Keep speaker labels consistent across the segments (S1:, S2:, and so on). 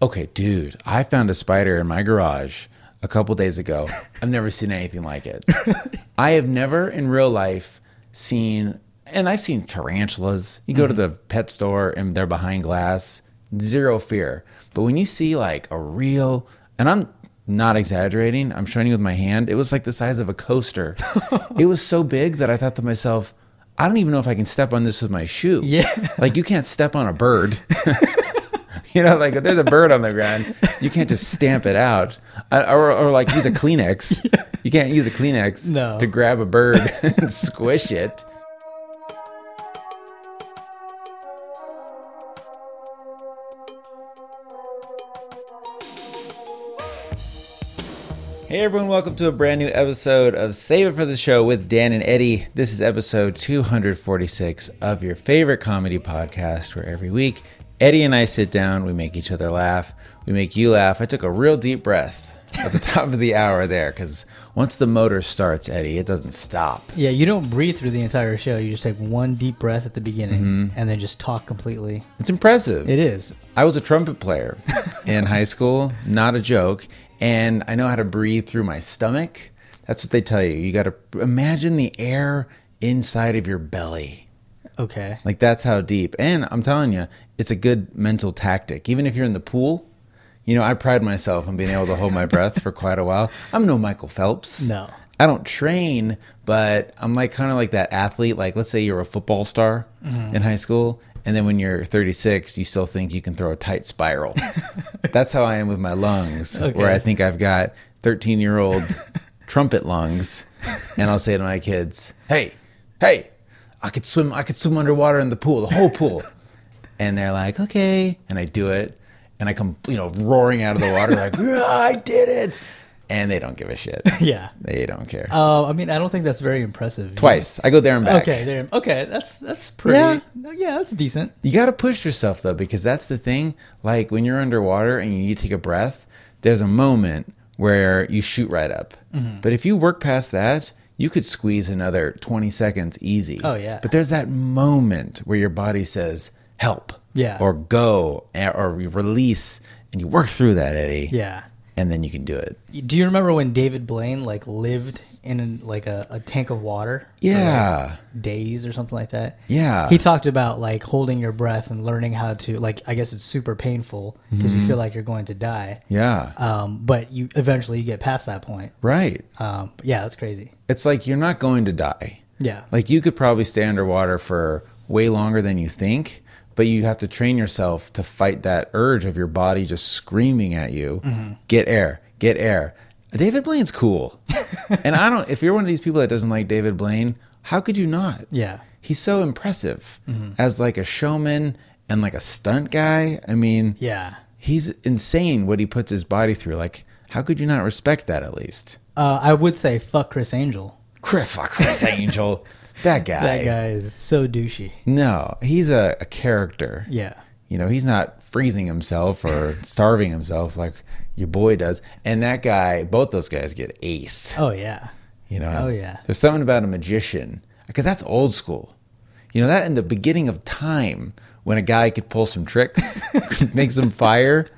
S1: Okay, dude, I found a spider in my garage a couple days ago. I've never seen anything like it. I have never in real life seen, and I've seen tarantulas. You go to the pet store and they're behind glass, zero fear. But when you see like a real, and I'm not exaggerating, I'm showing you with my hand, it was like the size of a coaster. it was so big that I thought to myself, I don't even know if I can step on this with my shoe.
S2: Yeah.
S1: Like you can't step on a bird. You know, like if there's a bird on the ground, you can't just stamp it out, Uh, or, or like use a Kleenex. You can't use a Kleenex
S2: No.
S1: to grab a bird and squish it. Hey everyone, welcome to a brand new episode of Save It for the Show with Dan and Eddie. This is episode 246 of your favorite comedy podcast where every week Eddie and I sit down, we make each other laugh, we make you laugh. I took a real deep breath at the top of the hour there cuz once the motor starts, Eddie, it doesn't stop.
S2: Yeah, you don't breathe through the entire show. You just take one deep breath at the beginning and then just talk completely.
S1: It's impressive.
S2: Mm-hmm. It is.
S1: I was a trumpet player in high school, not a joke, and I know how to breathe through my stomach. That's what they tell you. You got to imagine the air inside of your belly.
S2: Okay.
S1: Like that's how deep. And I'm telling you, it's a good mental tactic. Even if you're in the pool, you know, I pride myself on being able to hold my breath for quite a while. I'm no Michael Phelps.
S2: No.
S1: I don't train, but I'm like kind of like that athlete. Like, let's say you're a football star in high school, and then when you're 36, you still think you can throw a tight spiral. That's how I am with my lungs, where
S2: Okay.
S1: I think I've got 13 year old trumpet lungs, and I'll say to my kids, "Hey, hey, I could swim. I could swim underwater in the pool, the whole pool." And they're like, "Okay," and I do it, and I come, you know, roaring out of the water like, "Yeah, "I did it," and they don't give a shit.
S2: Yeah.
S1: They don't care.
S2: Uh, I mean, I don't think that's very impressive.
S1: Twice. I go there and back.
S2: Okay. There. Okay. That's that's pretty. Yeah. that's decent.
S1: You got to push yourself though, because that's the thing. Like when you're underwater and you need to take a breath, there's a moment where you shoot right up.
S2: Mm-hmm.
S1: But if you work past that, you could squeeze another 20 seconds easy.
S2: Oh, yeah.
S1: But there's that moment where your body says, help.
S2: Yeah.
S1: Or go eh, or you release. And you work through that, Eddie.
S2: Yeah.
S1: And then you can do it.
S2: Do you remember when David Blaine like lived in like a, a tank of water? for,
S1: Yeah.
S2: like, days or something like that.
S1: Yeah.
S2: He talked about like holding your breath and learning how to like. I guess it's super painful because you feel like you're going to die.
S1: yeah.
S2: Um, but you eventually you get past that point.
S1: right.
S2: Um, but yeah, that's crazy.
S1: It's like you're not going to die.
S2: Yeah.
S1: Like you could probably stay underwater for way longer than you think, but you have to train yourself to fight that urge of your body just screaming at you,
S2: Mm-hmm.
S1: get air, get air. David Blaine's cool. and I don't if you're one of these people that doesn't like David Blaine, how could you not?
S2: Yeah. Mm-hmm.
S1: He's so impressive as like a showman and like a stunt guy. I mean,
S2: Yeah.
S1: he's insane what he puts his body through. Like how could you not respect that at least?
S2: Uh, I would say fuck Chris Angel.
S1: Chris, fuck Chris Angel. That guy.
S2: That guy is so douchey.
S1: No, he's a, a character.
S2: Yeah.
S1: You know, he's not freezing himself or starving himself like your boy does. And that guy, both those guys get ace.
S2: Oh yeah.
S1: You know?
S2: oh, yeah.
S1: There's something about a magician because that's old school. You know, that in the beginning of time when a guy could pull some tricks, could make some fire,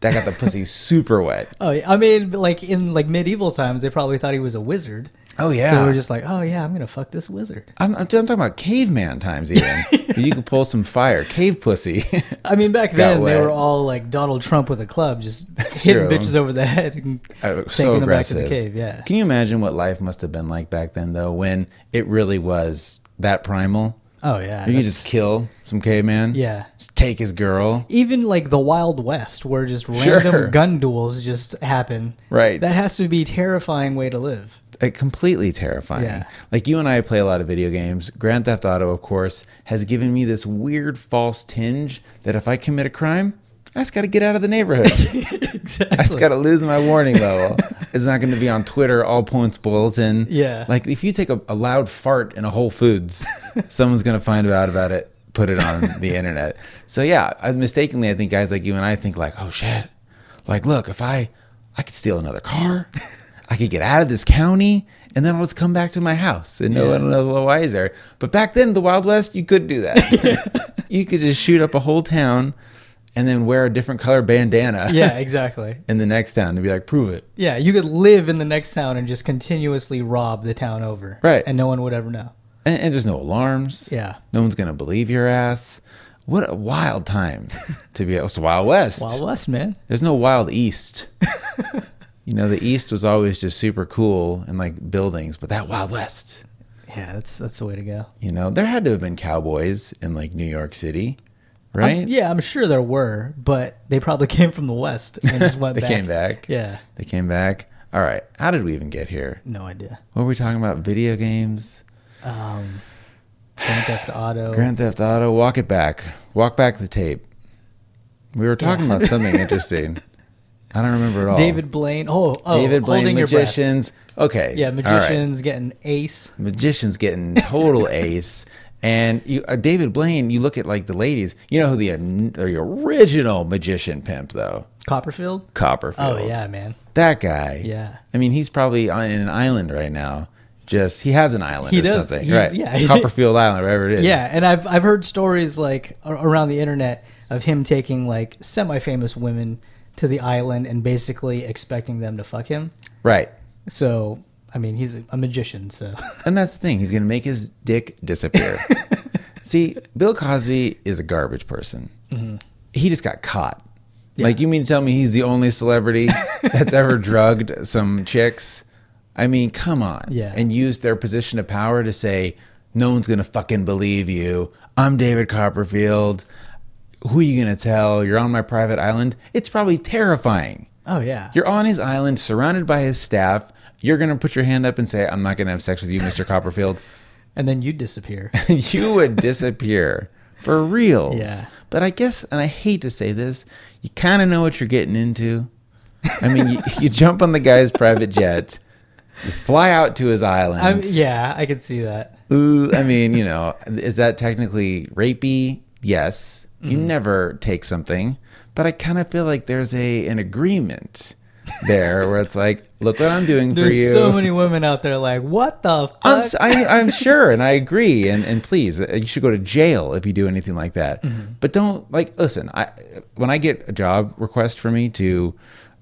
S1: that got the pussy super wet.
S2: Oh, yeah. I mean, like in like medieval times, they probably thought he was a wizard.
S1: Oh,
S2: So
S1: yeah.
S2: we're just like, oh yeah, I'm gonna fuck this wizard.
S1: I'm, I'm talking about caveman times, even. You can pull some fire, cave pussy.
S2: I mean, back then they
S1: wet.
S2: were all like Donald Trump with a club, just hitting
S1: true.
S2: bitches over the head and
S1: Oh,
S2: taking
S1: so
S2: them back to
S1: aggressive.
S2: the cave. Yeah.
S1: Can you imagine what life must have been like back then, though, when it really was that primal?
S2: Oh yeah.
S1: You could
S2: that's-
S1: just kill some caveman.
S2: yeah.
S1: Just take his girl.
S2: Even like the Wild West, where just
S1: Sure.
S2: random gun duels just happen.
S1: Right.
S2: That has to be a terrifying way to live.
S1: Uh, completely terrifying.
S2: Yeah.
S1: Like you and I play a lot of video games. Grand Theft Auto, of course, has given me this weird false tinge that if I commit a crime, I just got to get out of the neighborhood.
S2: exactly.
S1: I just got to lose my warning level. it's not going to be on Twitter, all points bulletin.
S2: Yeah.
S1: Like if you take a, a loud fart in a Whole Foods, someone's going to find out about it, put it on the internet. So yeah, I, mistakenly, I think guys like you and I think like, oh shit, like look, if I, I could steal another car, I could get out of this county, and then I'll just come back to my house and no
S2: Yeah.
S1: one will know the wiser. But back then, the Wild West, you could do that. you could just shoot up a whole town and then wear a different color bandana
S2: Yeah, exactly.
S1: in the next town. They'd be like, prove it.
S2: Yeah, you could live in the next town and just continuously rob the town over.
S1: Right.
S2: And no one would ever know.
S1: And, and there's no alarms.
S2: Yeah.
S1: No one's going to believe your ass. What a wild time to be. It's Wild West.
S2: Wild West, man.
S1: There's no Wild East. you know, the East was always just super cool and like buildings, but that Wild West,
S2: Yeah, that's that's the way to go.
S1: you know, there had to have been cowboys in like New York City,
S2: I'm-
S1: right?
S2: Um, yeah, I'm sure there were, but they probably came from the West and just went
S1: They
S2: back.
S1: came back.
S2: Yeah.
S1: They came back. All right. How did we even get here?
S2: No idea.
S1: What were we talking about? Video games?
S2: Um, Grand Theft Auto.
S1: Grand Theft Auto, walk it back. Walk back the tape. We were talking
S2: Yeah.
S1: about something interesting. I don't remember at all.
S2: David Blaine. Oh, oh
S1: David Blaine,
S2: holding your breath.
S1: magicians. Okay.
S2: Yeah,
S1: all right.
S2: magicians getting ace.
S1: Magician's getting total ace. And you, uh, David Blaine, you look at like the ladies. You know who the, an- the original magician pimp though?
S2: Copperfield.
S1: Copperfield.
S2: Oh yeah, man.
S1: that guy.
S2: Yeah.
S1: I mean, he's probably on in an island right now. Just he has an island
S2: He
S1: or
S2: does.
S1: something,
S2: He-
S1: right?
S2: yeah.
S1: Copperfield Island, whatever it is.
S2: Yeah, and I've I've heard stories like a- around the internet of him taking like semi-famous women to the island and basically expecting them to fuck him.
S1: right.
S2: So I mean, he's a magician. So
S1: And that's the thing. He's going to make his dick disappear. See, Bill Cosby is a garbage person. He just got caught. Like, you mean to tell me he's the only celebrity that's ever drugged some chicks? I mean, come on.
S2: Yeah.
S1: And used their position of power to say, no one's going to fucking believe you. I'm David Copperfield. Who are you going to tell? You're on my private island. It's probably terrifying.
S2: oh yeah,
S1: You're on his island, surrounded by his staff. You're gonna put your hand up and say, "I'm not gonna have sex with you, Mr. Copperfield,"
S2: and then you disappear.
S1: and you would disappear for reals.
S2: Yeah.
S1: But I guess, and I hate to say this, you kind of know what you're getting into. I mean, you, you jump on the guy's private jet, you fly out to his island.
S2: I, yeah, I could see that.
S1: Ooh, I mean, you know, is that technically rapey? Yes. You
S2: Mm-hmm.
S1: never take something, but I kind of feel like there's a an agreement there where it's like, look what I'm doing for
S2: There's
S1: you.
S2: so many women out there like, what the fuck?
S1: I'm, s- I, am sure, and I agree. And, and please, uh, you should go to jail if you do anything like that.
S2: Mm-hmm.
S1: But don't like listen. I when I get a job request for me to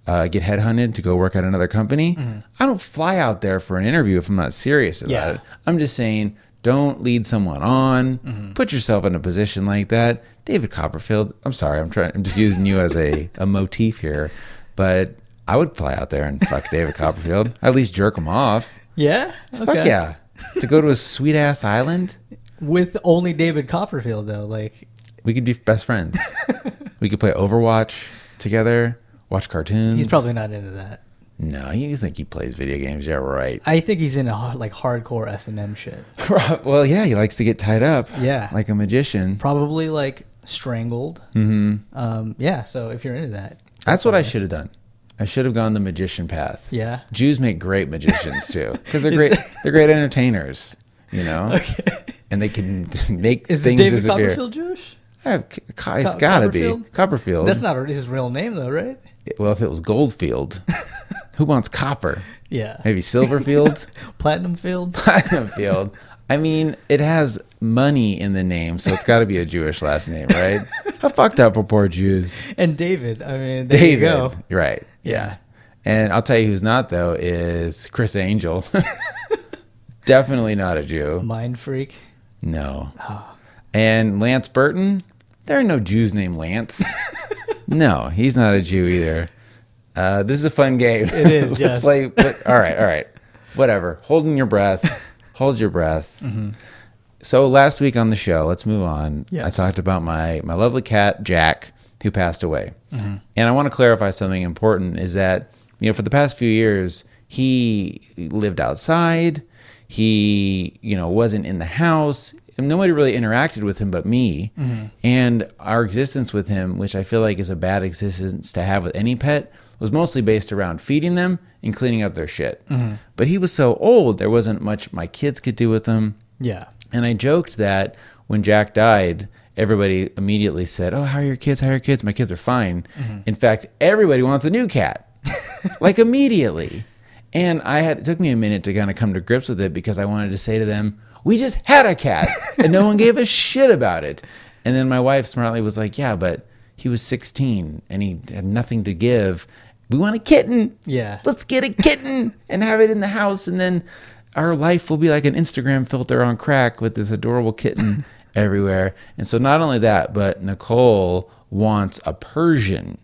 S1: uh, get headhunted to go work at another company, I don't fly out there for an interview if I'm not serious about
S2: Mm-hmm. Yeah.
S1: it. I'm just saying, don't lead someone on.
S2: Mm-hmm.
S1: Put yourself in a position like that. David Copperfield. I'm sorry. I'm trying. I'm just using you as a a motif here, but. I would fly out there and fuck David Copperfield. At least jerk him off.
S2: yeah,
S1: Fuck yeah. to go to a sweet ass island,
S2: With only David Copperfield though, like
S1: we could be best friends. we could play Overwatch together, watch cartoons.
S2: he's probably not into that.
S1: No, you think he plays video games. Yeah, right.
S2: I think he's into hard, like hardcore S and M shit.
S1: well, yeah, he likes to get tied up.
S2: Yeah.
S1: Like a magician.
S2: Probably like strangled.
S1: Mm-hmm.
S2: Um, yeah. So if you're into that,
S1: That's what I should have done. I should have gone the magician path.
S2: yeah.
S1: Jews make great magicians too because they're
S2: Is
S1: great.
S2: that-
S1: They're great entertainers, you know, and they can make
S2: Is
S1: things
S2: David
S1: disappear.
S2: Copperfield Jewish?
S1: I have, it's
S2: Co-
S1: gotta be
S2: Copperfield?
S1: Copperfield.
S2: That's not his real name though, right?
S1: Well, if it was Goldfield, who wants copper?
S2: Yeah.
S1: Maybe Silverfield,
S2: Platinum Field.
S1: Platinumfield. I mean, it has money in the name, so it's got to be a Jewish last name, right? How fucked up are poor Jews?
S2: And David. I mean, there
S1: David,
S2: you go.
S1: You're right? Yeah. And I'll tell you who's not though is Chris Angel. Definitely not a Jew.
S2: Mind freak.
S1: No.
S2: Oh.
S1: And Lance Burton. There are no Jews named Lance. no, he's not a Jew either. Uh, this is a fun game.
S2: It is,
S1: Let's
S2: yes.
S1: play. But, all right. All right. Whatever. Holding your breath. Hold your breath.
S2: Mm-hmm.
S1: So last week on the show, let's move on. I
S2: Yes.
S1: talked about my my lovely cat Jack, who passed away, and I want to clarify something important: is that you know for the past few years he lived outside, he you know wasn't in the house, and nobody really interacted with him but me, and our existence with him, which I feel like is a bad existence to have with any pet, was mostly based around feeding them and cleaning up their shit. But he was so old, there wasn't much my kids could do with him.
S2: Yeah.
S1: And I joked that when Jack died, everybody immediately said, Oh, how are your kids? How are your kids? My kids are fine. In fact, everybody wants a new cat, like immediately. And I had, it took me a minute to kind of come to grips with it because I wanted to say to them, We just had a cat and no one gave a shit about it. And then my wife smartly was like, Yeah, but he was 16 and he had nothing to give. We want a kitten.
S2: Yeah.
S1: Let's get a kitten and have it in the house. And then our life will be like an Instagram filter on crack with this adorable kitten everywhere. And so, not only that, but Nicole wants a Persian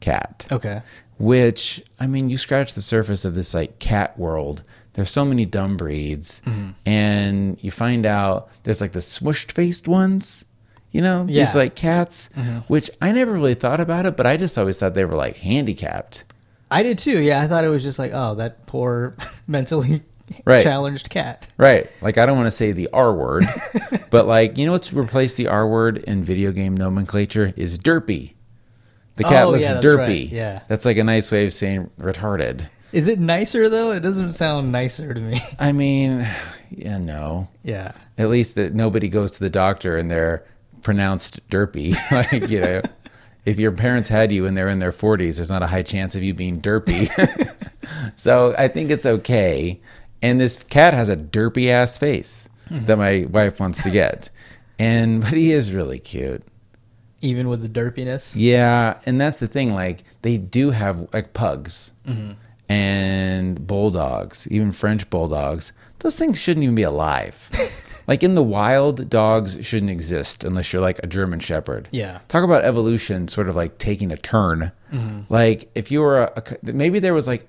S1: cat
S2: Okay.
S1: which I mean, you scratch the surface of this like cat world. There's so many dumb breeds,
S2: Mm-hmm.
S1: and you find out there's like the smushed faced ones, you know,
S2: Yeah. Mm-hmm.
S1: these like cats, which I never really thought about it, but I just always thought they were like handicapped.
S2: I did too. Yeah, I thought it was just like, oh, that poor mentally
S1: Right.
S2: challenged cat.
S1: Right. Like, I don't want to say the R word, but like, you know what's replaced the R word in video game nomenclature is derpy. The cat
S2: Oh,
S1: looks
S2: yeah, that's
S1: derpy.
S2: right. Yeah.
S1: That's like a nice way of saying retarded.
S2: Is it nicer though? It doesn't sound nicer to me.
S1: I mean, yeah, no.
S2: yeah.
S1: at least that nobody goes to the doctor and they're pronounced derpy. like, you know, if your parents had you and they're in their 40s, there's not a high chance of you being derpy. so I think it's okay. And this cat has a derpy ass face that my wife wants to get. And, but he is really cute.
S2: Even with the derpiness.
S1: Yeah, and that's the thing. Like they do have like pugs and bulldogs, even French bulldogs. Those things shouldn't even be alive. like in the wild, dogs shouldn't exist unless you're like a German Shepherd.
S2: Yeah.
S1: Talk about evolution, sort of like taking a turn. Like if you were a, a- maybe there was like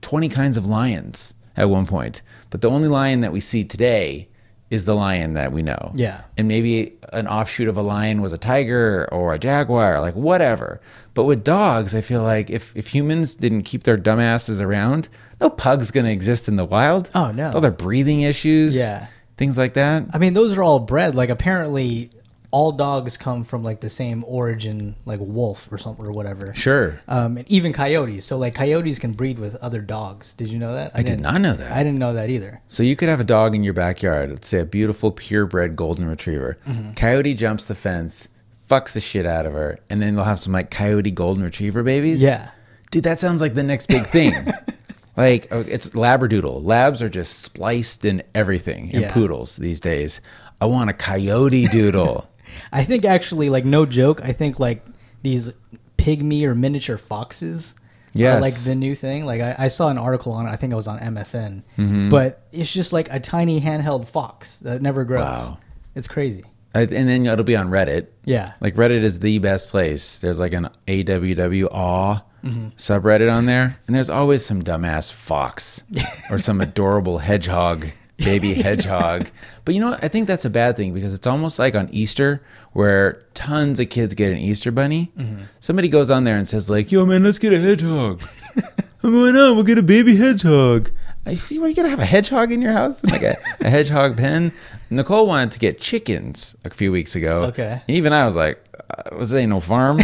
S1: twenty kinds of lions at one point, but the only lion that we see today is the lion that we know
S2: Yeah.
S1: and maybe an offshoot of a lion was a tiger or a jaguar, like whatever. But with dogs, I feel like if, if humans didn't keep their dumbasses around, no pug's gonna exist in the wild.
S2: Oh, no.
S1: Other breathing issues,
S2: Yeah.
S1: things like that.
S2: I mean, those are all bred. Like apparently, all dogs come from like the same origin, like wolf or something or whatever.
S1: Sure,
S2: Um, and even coyotes. So like coyotes can breed with other dogs. Did you know that?
S1: I did
S2: didn't-
S1: not know that.
S2: I didn't know that either.
S1: So you could have a dog in your backyard, let's say a beautiful purebred golden retriever.
S2: Mm-hmm.
S1: Coyote jumps the fence, fucks the shit out of her, and then they'll have some like coyote golden retriever babies.
S2: Yeah.
S1: dude, that sounds like the next big thing. like oh, it's labradoodle. Labs are just spliced in everything and
S2: Yeah.
S1: poodles these days. I want a coyote doodle.
S2: I think actually, like no joke, I think like these pygmy or miniature foxes
S1: Yes.
S2: are like the new thing. Like I, I saw an article on it. I think it was on MSN,
S1: Mm-hmm.
S2: but it's just like a tiny handheld fox that never grows.
S1: Wow.
S2: It's crazy.
S1: I- and then it'll be on Reddit.
S2: Yeah.
S1: Like Reddit is the best place. There's like an AWW aw subreddit on there, and there's always some dumbass fox or some adorable hedgehog, baby hedgehog. But you know what? I think that's a bad thing because it's almost like on Easter where tons of kids get an Easter bunny. Somebody goes on there and says like, "Yo, man, let's get a hedgehog." And why not? We'll get a baby hedgehog. I- You are gonna have a hedgehog in your house, like a, a hedgehog pen. Nicole wanted to get chickens a few weeks ago.
S2: Okay.
S1: And even I was like, uh, "Was ain't no farm?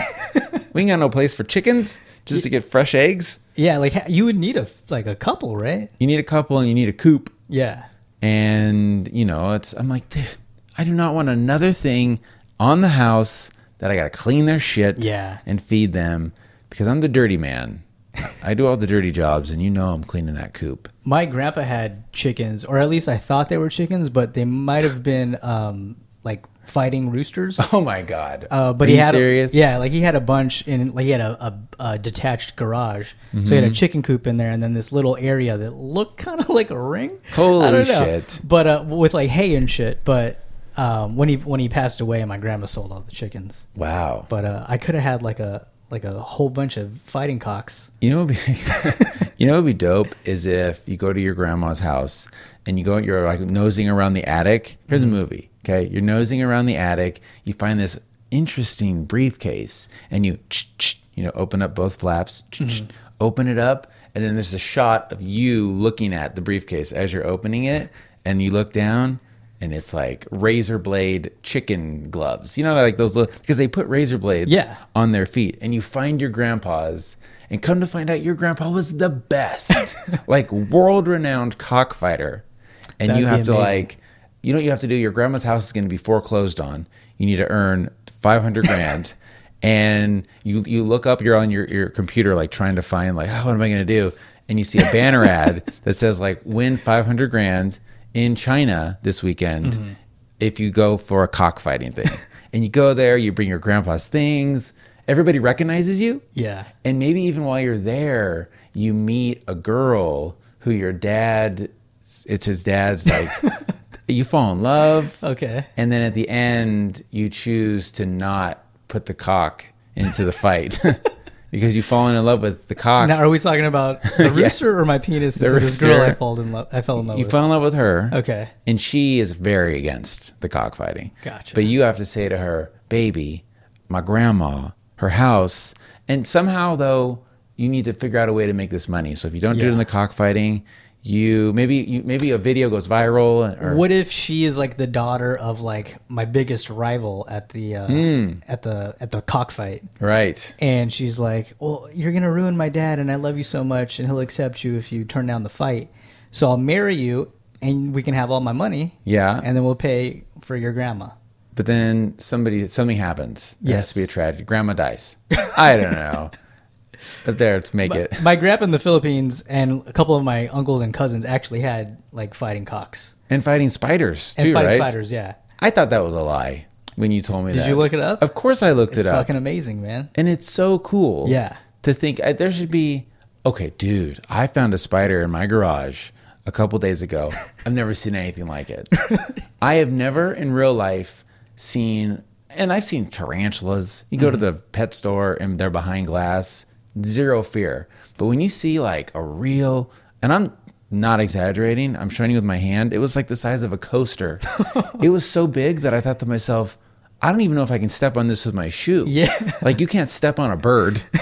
S1: we ain't got no place for chickens just to get fresh eggs.
S2: yeah, like ha- you would need a f- like a couple, right?
S1: You need a couple, and you need a coop,
S2: Yeah.
S1: and you know it's." I'm like, "Dude, I do not want another thing on the house that I gotta clean their shit,
S2: Yeah.
S1: and feed them because I'm the dirty man. I do all the dirty jobs, and you know I'm cleaning that coop.
S2: My grandpa had chickens, or at least I thought they were chickens, but they might have been um, like fighting roosters.
S1: Oh my god.
S2: Uh, but
S1: Are
S2: he
S1: you
S2: had
S1: serious?
S2: A, yeah, like he had a bunch in like he had a, a, a detached garage, so
S1: Mm-hmm.
S2: he had a chicken coop in there, and then this little area that looked kind of like a ring.
S1: Holy
S2: I don't know.
S1: shit.
S2: But uh, with like hay and shit. But um, when he when he passed away, my grandma sold all the chickens.
S1: Wow.
S2: But uh, I could have had like a like a whole bunch of fighting cocks.
S1: You know, what would be, you know, what would be dope is if you go to your grandma's house and you go, you're like nosing around the attic. Here's
S2: Mm-hmm.
S1: a movie. Okay, you're nosing around the attic. You find this interesting briefcase, and you, you know, open up both flaps,
S2: Mm-hmm.
S1: open it up, and then there's a shot of you looking at the briefcase as you're opening it, and you look down. And it's like razor blade chicken gloves, you know, like those little because they put razor blades
S2: Yeah.
S1: on their feet and you find your grandpa's and come to find out your grandpa was the best like world renowned cockfighter and
S2: That'd
S1: you
S2: be
S1: have to
S2: amazing.
S1: like you know what you have to do your grandma's house is going to be foreclosed on you need to earn 500 grand and you you look up you're on your, your computer like trying to find like oh, what am i going to do and you see a banner ad that says like win 500 grand in china this weekend if you go for a cockfighting thing. and you go there, you bring your grandpa's things, everybody recognizes you.
S2: Yeah.
S1: And maybe even while you're there, you meet a girl who your dad, it's his dad's like, you fall in love.
S2: Okay.
S1: And then at the end, you choose to not put the cock into the fight because you've fallen in love with the cock.
S2: Now, are we talking about the rooster or my penis?
S1: The
S2: Into this girl I
S1: rooster.
S2: fell in love. I fell in love
S1: you
S2: with.
S1: fell in love with her.
S2: Oh, Okay.
S1: And she is very against the cockfighting.
S2: Gotcha.
S1: But you have to say to her, baby, my grandma, her house. And somehow, though, you need to figure out a way to make this money. So if you don't do it
S2: Yeah.
S1: in the cockfighting, you maybe you, maybe a video goes viral or
S2: What if she is like the daughter of like my biggest rival at the uh,
S1: Hmm.
S2: at the at the cockfight,
S1: right
S2: and she's like, "Well, you're gonna ruin my dad, and I love you so much, and he'll accept you if you turn down the fight. So I'll marry you, and we can have all my money,
S1: yeah
S2: and then we'll pay for your grandma."
S1: but then somebody something happens it has
S2: Yes.
S1: to be a tragedy grandma dies i don't know but there to make it
S2: My grandpa in the Philippines and a couple of my uncles and cousins actually had like fighting cocks
S1: and fighting spiders
S2: and
S1: too
S2: fighting
S1: right
S2: spiders. Yeah,
S1: i thought that was a lie when you told me that
S2: you look it up?
S1: of course i looked
S2: it's
S1: it up
S2: fucking amazing, man.
S1: and it's so cool
S2: Yeah.
S1: to think I, there should be okay dude i found a spider in my garage a couple days ago i've never seen anything like it i have never in real life seen and i've seen tarantulas you go to the pet store and they're behind glass zero fear but when you see like a real and i'm not exaggerating i'm showing you with my hand it was like the size of a coaster it was so big that i thought to myself i don't even know if i can step on this with my shoe
S2: Yeah.
S1: like you can't step on a bird.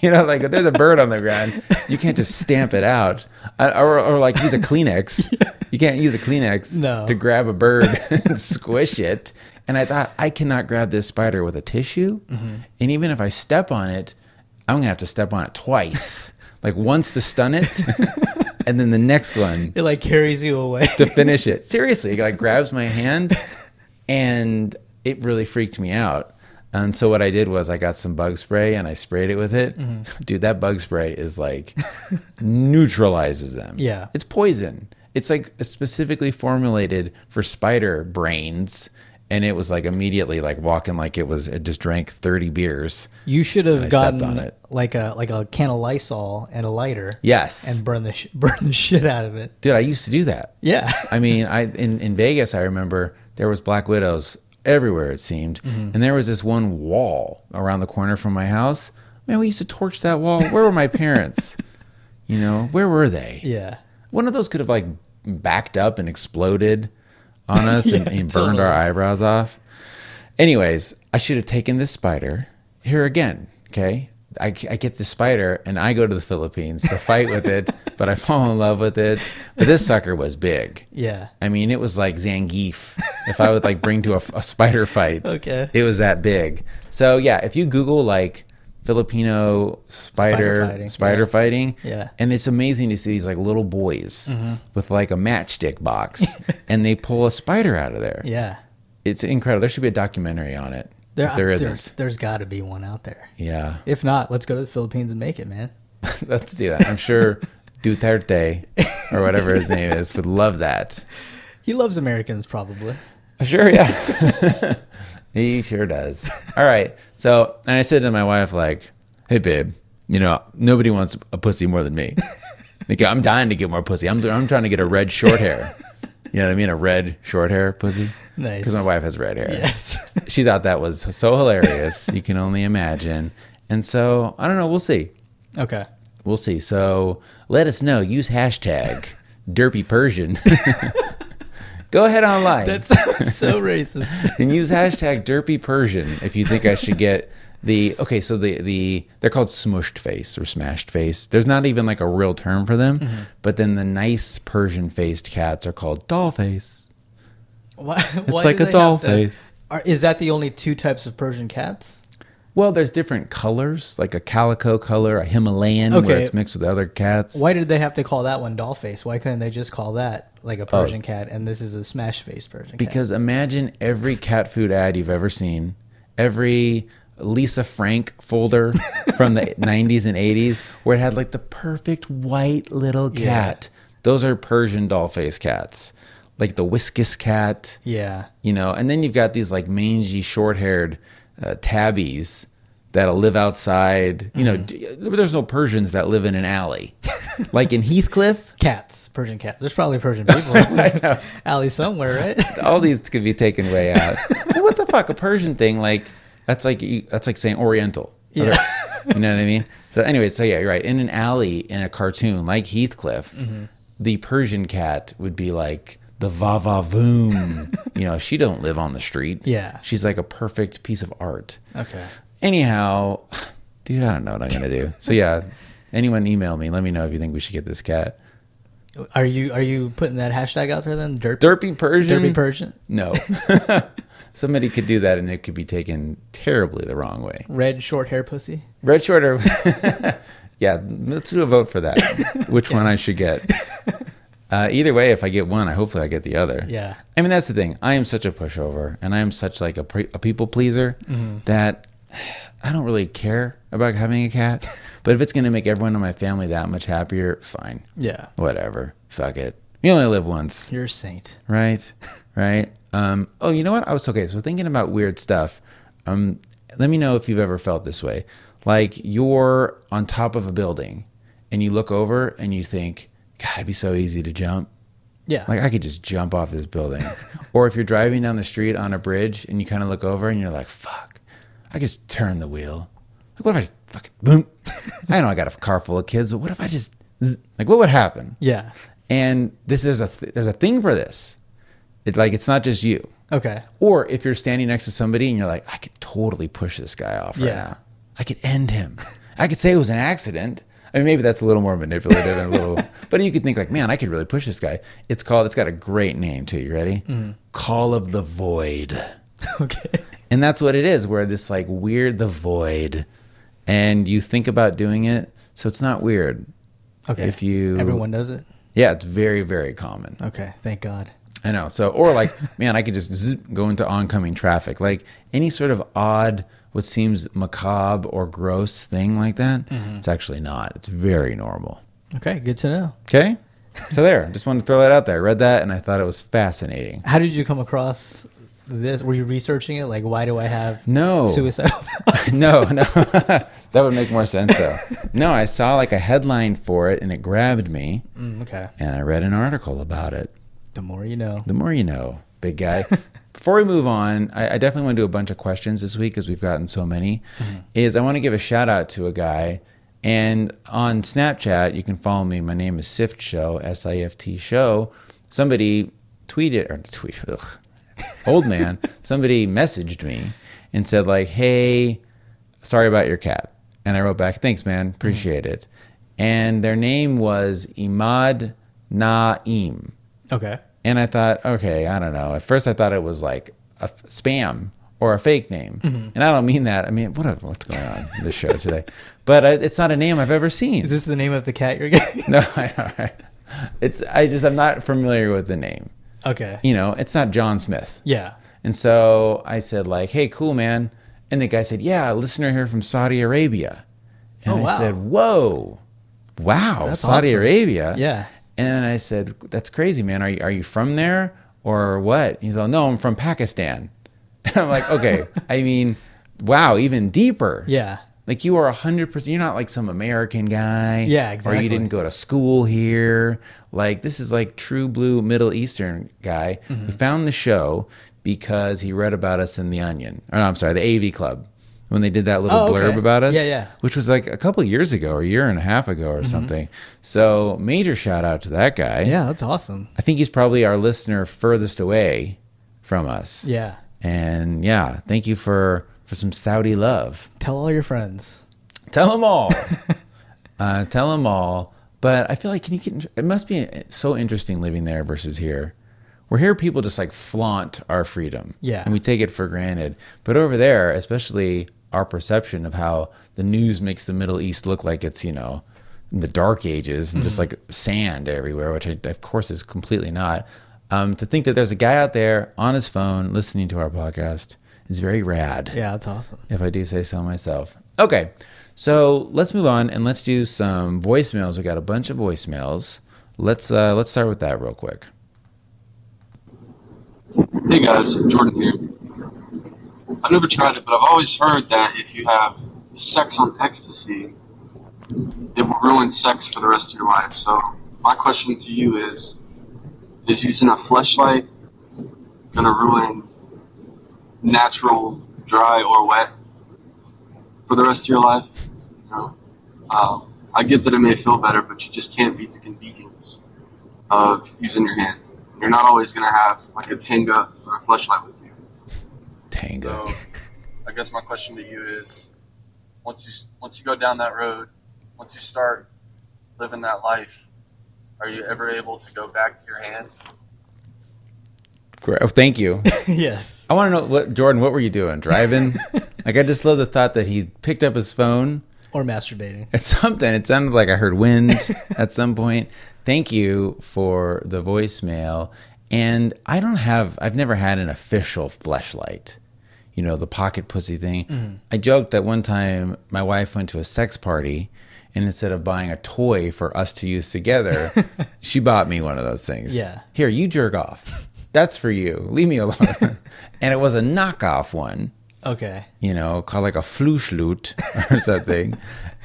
S1: you know, like if there's a bird on the ground, you can't just stamp it out, Uh, or, or like use a Kleenex. You can't use a Kleenex
S2: No.
S1: to grab a bird and squish it. And I thought I cannot grab this spider with a tissue, and even if I step on it, I'm gonna have to step on it twice, like once to stun it, and then the next one
S2: It like carries you away.
S1: to finish it. Seriously, it, like grabs my hand, and it really freaked me out. And so what I did was I got some bug spray and I sprayed it with it.
S2: Mm-hmm.
S1: Dude, that bug spray is like neutralizes them.
S2: Yeah.
S1: it's poison. It's like specifically formulated for spider brains. And it was like immediately like walking like it was it just drank thirty beers.
S2: You should have
S1: stepped
S2: gotten
S1: on it.
S2: like a like a can of Lysol and a lighter.
S1: Yes,
S2: and burn the sh- burn the shit out of it.
S1: dude, I used to do that.
S2: Yeah,
S1: I mean, I in, in Vegas, I remember there was black widows everywhere it seemed,
S2: Mm-hmm.
S1: and there was this one wall around the corner from my house. Man, we used to torch that wall. Where were my parents? you know, where were they?
S2: yeah.
S1: One of those could have like backed up and exploded on us and,
S2: Yeah,
S1: and burned our
S2: totally.
S1: eyebrows off. Anyways, I should have taken this spider here again. Okay. I, I get the spider and I go to the Philippines to fight with it, but I fall in love with it. But this sucker was big.
S2: Yeah.
S1: I mean, it was like Zangief. if I would like bring to a, a spider fight,
S2: Okay.
S1: it was that big. So yeah, if you Google like Filipino spider
S2: Spider
S1: spider
S2: fighting,
S1: fighting,
S2: yeah. Yeah. Mm-hmm.
S1: and it's amazing to see these like little boys with like a matchstick box, and they pull a spider out of there.
S2: Yeah.
S1: It's incredible. There should be a documentary on it. if there isn't,
S2: there's, there's got to be one out there.
S1: yeah,
S2: If not, let's go to the Philippines and make it, man.
S1: let's do that. I'm sure Duterte or whatever his name is would love that.
S2: He loves Americans, probably.
S1: Sure, yeah. he sure does. All right. So, and I said to my wife, like, hey, babe, you know, nobody wants a pussy more than me. Like, I'm dying to get more pussy. I'm, I'm trying to get a red short hair. You know what I mean? A red short hair pussy.
S2: Nice.
S1: Because my wife has red hair.
S2: Yes.
S1: She thought that was so hilarious. you can only imagine. And so, I don't know. We'll see.
S2: okay.
S1: We'll see. So let us know. Use hashtag derpy Persian. Go ahead online
S2: That sounds so racist.
S1: and use hashtag derpy Persian if you think I should get the okay. So the the they're called smushed face or smashed face. There's not even like a real term for them, but then the nice Persian faced cats are called doll face.
S2: Why, it's
S1: like a doll face.
S2: Are, is that the only two types of Persian cats?
S1: Well, there's different colors, like a calico color, a Himalayan, where
S2: Okay.
S1: it's mixed with other cats.
S2: Why did they have to call that one doll face? Why couldn't they just call that like a Persian cat and this is a smash face Persian cat?
S1: Oh. Because imagine every cat food ad you've ever seen, every Lisa Frank folder from the 90s and 80s where it had like the perfect white little cat. Those are Persian doll face cats, like the whiskus cat,
S2: Yeah.
S1: you know, and then you've got these like mangy, short haired uh, tabbies that'll live outside. You know, d- there's no Persians that live in an alley, like in Heathcliff.
S2: Cats, Persian cats. There's probably Persian people in the alley somewhere, right?
S1: All these could be taken way out. Well, what the fuck? A Persian thing like that's like you- that's like saying Oriental.
S2: Yeah.
S1: you know what I mean? So anyway, so yeah, you're right. In an alley in a cartoon like Heathcliff,
S2: Mm-hmm.
S1: the Persian cat would be like the va va voom. you know, she don't live on the street.
S2: Yeah.
S1: She's like a perfect piece of art.
S2: Okay.
S1: Anyhow, dude, I don't know what I'm gonna do. So yeah, anyone email me, let me know if you think we should get this cat.
S2: Are you are you putting that hashtag out there then? Derp,
S1: Derpy Persian.
S2: derpy Persian.
S1: No. Somebody could do that and it could be taken terribly the wrong way.
S2: Red short hair pussy.
S1: Red shorter. yeah, let's do a vote for that. Which one I should get. Uh, either way, if I get one, I hopefully I get the other.
S2: Yeah.
S1: I mean, that's the thing. I am such a pushover and I am such like a, pre- a people pleaser that I don't really care about having a cat. But if it's going to make everyone in my family that much happier, fine.
S2: Yeah.
S1: Whatever. Fuck it. You only live once.
S2: You're a saint.
S1: Right, right. Um, oh, you know what? I was okay. So thinking about weird stuff. Um, let me know if you've ever felt this way. Like you're on top of a building, and you look over and you think, "God, it'd be so easy to jump.
S2: Yeah.
S1: Like I could just jump off this building." or if you're driving down the street on a bridge and you kind of look over and you're like, "Fuck, I could just turn the wheel." Like what if I just fucking boom? I know I got a car full of kids, but what if I just zzz? like what would happen?
S2: yeah.
S1: And this is a th- there's a thing for this. It, like it's not just you.
S2: Okay.
S1: Or if you're standing next to somebody and you're like, I could totally push this guy off right
S2: Yeah.
S1: now. I could end him. I could say it was an accident. I mean, maybe that's a little more manipulative and a little, but you could think like, man, I could really push this guy. It's called. It's got a great name too. You ready?
S2: Mm.
S1: Call of the Void.
S2: Okay.
S1: And that's what it is, where this like weird the void, and you think about doing it, so it's not weird.
S2: Okay.
S1: If you
S2: everyone does it.
S1: yeah, it's very very common.
S2: Okay. Thank God.
S1: I know. So, or like, man, I could just zip, go into oncoming traffic. Like any sort of odd, what seems macabre or gross thing like that, it's actually not. It's very normal.
S2: Okay. Good to know.
S1: Okay. So, there, just wanted to throw that out there. I read that and I thought it was fascinating.
S2: How did you come across this? Were you researching it? Like, why do I have
S1: No.
S2: suicidal thoughts?
S1: no, no. that would make more sense though. No, I saw like a headline for it and it grabbed me
S2: Mm, okay.
S1: and I read an article about it.
S2: The more you know.
S1: The more you know, big guy. Before we move on, I, I definitely want to do a bunch of questions this week because we've gotten so many. Is I want to give a shout out to a guy, and on Snapchat you can follow me. My name is Sift Show S I F T Show. Somebody tweeted or tweet ugh, old man. somebody messaged me and said like, "Hey, sorry about your cat," and I wrote back, "Thanks, man, appreciate it." And their name was Imad Naim.
S2: Okay.
S1: And I thought, okay, I don't know. At first, I thought it was like a f- spam or a fake name,
S2: Mm-hmm.
S1: and I don't mean that. I mean, what what's going on in this show today? But I, it's not a name I've ever seen.
S2: Is this the name of the cat you're getting?
S1: no, I, it's I just I'm not familiar with the name.
S2: okay.
S1: You know, it's not John Smith.
S2: Yeah.
S1: And so I said like, "Hey, cool man." And the guy said, "Yeah, a listener here from Saudi Arabia." And
S2: Oh,
S1: I
S2: wow.
S1: said, "Whoa. Wow,
S2: That's
S1: Saudi
S2: awesome.
S1: Arabia?"
S2: Yeah.
S1: And I said, "That's crazy, man. Are you are you from there or what?" He's like, "No, I'm from Pakistan." And I'm like, "Okay. I mean, wow, even deeper."
S2: Yeah.
S1: Like you are hundred percent. You're not like some American guy.
S2: Yeah,
S1: Or
S2: exactly.
S1: you didn't go to school here. Like this is like true blue Middle Eastern guy
S2: Mm-hmm.
S1: who found the show because he read about us in the Onion. Or no, I'm sorry, the AV Club when they did that little
S2: Oh, okay.
S1: blurb about us.
S2: Yeah, yeah. Mm-hmm.
S1: Which was like a couple years ago, or a year and a half ago, or something. So major shout out to that guy.
S2: Yeah. That's awesome.
S1: I think he's probably our listener furthest away from us.
S2: Yeah.
S1: And yeah, thank you for for some Saudi love.
S2: Tell all your friends.
S1: Tell them all. uh, tell them all. But I feel like can you get? It must be so interesting living there versus here. Where here people just like flaunt our freedom,
S2: Yeah.
S1: and we take it for granted. But over there, especially our perception of how the news makes the Middle East look like it's you know in the Dark Ages and just like sand everywhere, which I, of course is completely not. Um, to think that there's a guy out there on his phone listening to our podcast is very rad
S2: Yeah. That's awesome.
S1: if I do say so myself. Okay, so let's move on and let's do some voicemails. We got a bunch of voicemails. Let's uh, let's start with that real quick.
S3: Hey guys, Jordan here. I've never tried it, but I've always heard that if you have sex on ecstasy, it will ruin sex for the rest of your life. So my question to you is: Is using a fleshlight going to ruin natural, dry or wet for the rest of your life? You know, uh, I get that it may feel better, but you just can't beat the convenience of using your hand. You're not always going to have like a tanga or a fleshlight with you.
S1: Tango.
S3: So, I guess my question to you is, once you once you go down that road, once you start living that life, are you ever able to go back to your hand?
S1: Great. Oh, thank you.
S2: yes.
S1: I want to know what Jordan. What were you doing? Driving? like I just love the thought that he picked up his phone
S2: Or masturbating.
S1: at something. It sounded like I heard wind at some point. Thank you for the voicemail. And I don't have. I've never had an official fleshlight. You know the pocket pussy thing. I joked that one time my wife went to a sex party. And instead of buying a toy for us to use together, she bought me one of those things.
S2: Yeah.
S1: Here, you jerk off. That's for you. Leave me alone. and it was a knockoff one,
S2: Okay.
S1: you know, called like a fluschlute or something.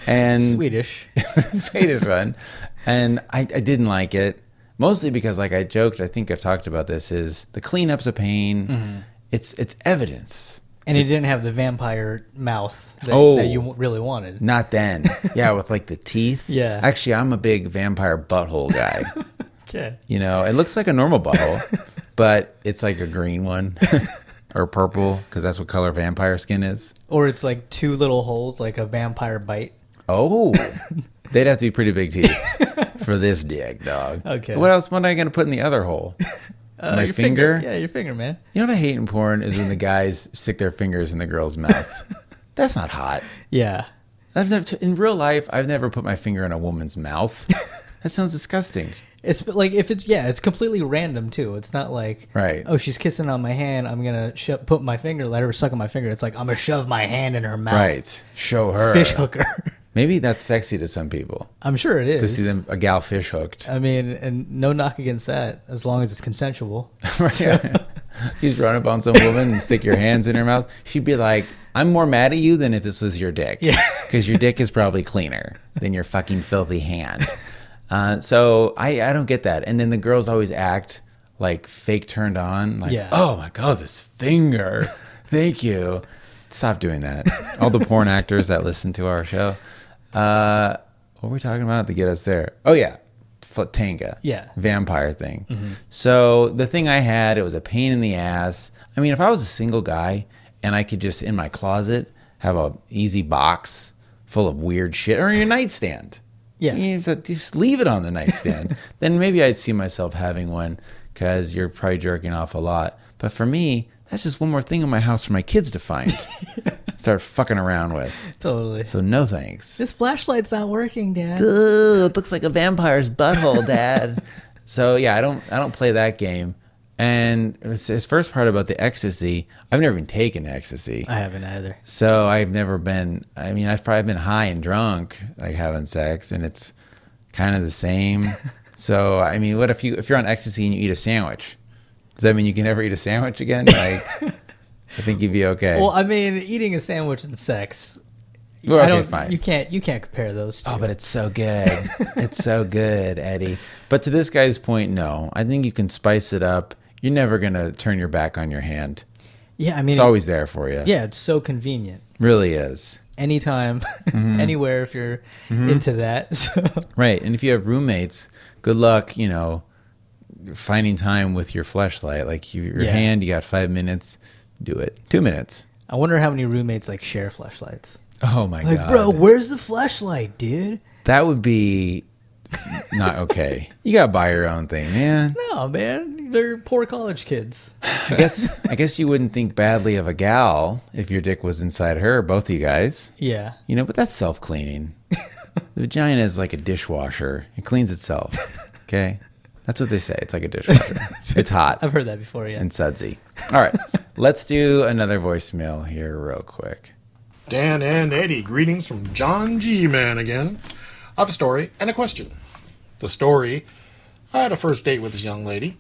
S1: And
S2: Swedish.
S1: Swedish one. And I, I didn't like it. Mostly because like I joked, I think I've talked about this, is the cleanup's a pain.
S2: Mm-hmm.
S1: It's it's evidence.
S2: And he didn't have the vampire mouth that,
S1: Oh.
S2: that you really wanted.
S1: Not then. Yeah, with like the teeth.
S2: Yeah.
S1: Actually I'm a big vampire butthole guy.
S2: Okay.
S1: you know, it looks like a normal butthole, but it's like a green one or purple, because that's what color vampire skin is.
S2: Or it's like two little holes, like a vampire bite.
S1: Oh, they'd have to be pretty big teeth for this dick, dog.
S2: Okay.
S1: What else? What am I going to put in the other hole? My
S2: Uh, your
S1: finger?
S2: Yeah, your finger, man.
S1: You know what I hate in porn is when the guys stick their fingers in the girl's mouth. That's not hot.
S2: Yeah.
S1: I've never in real life. I've never put my finger in a woman's mouth. That sounds disgusting.
S2: It's like if it's yeah, it's completely random too. It's not like
S1: Right.
S2: Oh, she's kissing on my hand. I'm gonna sho- put my finger, let her suck on my finger. It's like I'm gonna shove my hand in her mouth.
S1: Right. Show her.
S2: Fish hooker.
S1: Maybe that's sexy to some people
S2: I'm sure it is.
S1: to see them a gal fish hooked.
S2: I mean, and no knock against that as long as it's consensual.
S1: He's run up on some woman and stick your hands in her mouth. She'd be like, "I'm more mad at you than if this was your dick,
S2: Yeah.
S1: because your dick is probably cleaner than your fucking filthy hand." Uh, so I I don't get that. And then the girls always act like fake turned on, like,
S2: Yeah.
S1: "Oh my god, this finger! Thank you." Stop doing that. All the porn actors that listen to our show. Uh, what were we talking about to get us there? Oh yeah, Flatanga
S2: Yeah.
S1: vampire thing. So the thing I had, it was a pain in the ass. I mean, if I was a single guy and I could just in my closet have a easy box full of weird shit or your nightstand.
S2: Yeah.
S1: You have to just leave it on the nightstand. then maybe I'd see myself having one because you're probably jerking off a lot. But for me, that's just one more thing in my house for my kids to find, start fucking around with.
S2: Totally.
S1: So no thanks.
S2: this flashlight's not working, Dad.
S1: Ooh, it looks like a vampire's butthole, Dad. so yeah, I don't I don't play that game. And it's his first part about the ecstasy. I've never been taken ecstasy,
S2: I haven't either.
S1: so I've never been. I mean, I've probably been high and drunk, like having sex, and it's kind of the same. so I mean, what if you if you're on ecstasy and you eat a sandwich? Does that mean you can never eat a sandwich again? Like, I think you'd be okay.
S2: Well, I mean, eating a sandwich and sex.
S1: We're
S2: I
S1: okay,
S2: don't,
S1: fine.
S2: You can't. You can't compare those two.
S1: Oh, but it's so good. it's so good, Eddie. But to this guy's point, no. I think you can spice it up. You're never going to turn your back on your hand.
S2: yeah, I mean,
S1: It's always there for you.
S2: yeah, it's so convenient.
S1: Really is.
S2: Anytime,
S1: Mm-hmm.
S2: anywhere, if you're into that. So
S1: Right. And if you have roommates, good luck, you know, finding time with your flashlight. Like you, your
S2: Yeah.
S1: hand, you got five minutes, do it. Two minutes.
S2: I wonder how many roommates like share flashlights.
S1: Oh my
S2: Like,
S1: God.
S2: bro, where's the flashlight, dude?
S1: that would be not okay. you got to buy your own thing, man.
S2: No, man, they're poor college kids.
S1: I guess I guess you wouldn't think badly of a gal if your dick was inside her, both you guys.
S2: Yeah,
S1: You know, but that's self cleaning. the vagina is like a dishwasher. It cleans itself. Okay? That's what they say. It's like a dishwasher. it's hot
S2: I've heard that before. Yeah.
S1: and sudsy. All right. Let's do another voicemail here real quick.
S4: Dan and Eddie, greetings from John G. Man again. I have a story and a question. The story I had a first date with this young lady.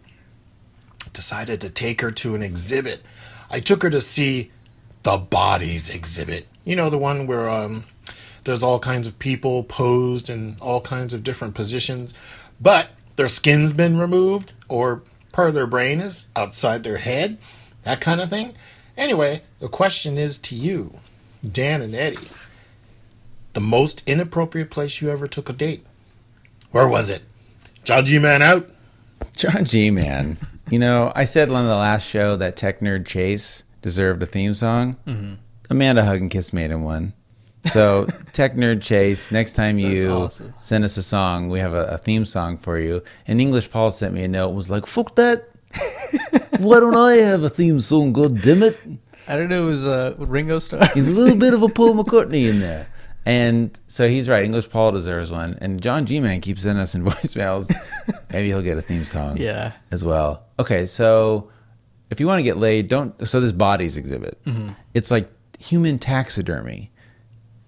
S4: Decided to take her to an exhibit. I took her to see the bodies exhibit. You know, the one where um, there's all kinds of people posed in all kinds of different positions, but their skin's been removed or part of their brain is outside their head, that kind of thing. Anyway, the question is to you, Dan and Eddie, the most inappropriate place you ever took a date. Where was it? John G. Man out.
S1: John G, man. you know, I said on the last show that Tech Nerd Chase deserved a theme song. Amanda Hug and Kiss made him one. So, Tech Nerd Chase, next time you
S2: awesome.
S1: send us a song, we have a, a theme song for you. And English Paul sent me a note and was like, fuck that. Why don't I have a theme song? God damn it.
S2: I don't know. It was uh, Ringo Starr.
S1: He's a little bit of a Paul McCartney in there. And so he's right. English Paul deserves one. And John G. Man keeps sending us in voicemails. Maybe he'll get a theme song
S2: Yeah.
S1: as well. Okay, so if you want to get laid, don't. So this bodies exhibit,
S2: Mm-hmm.
S1: it's like human taxidermy.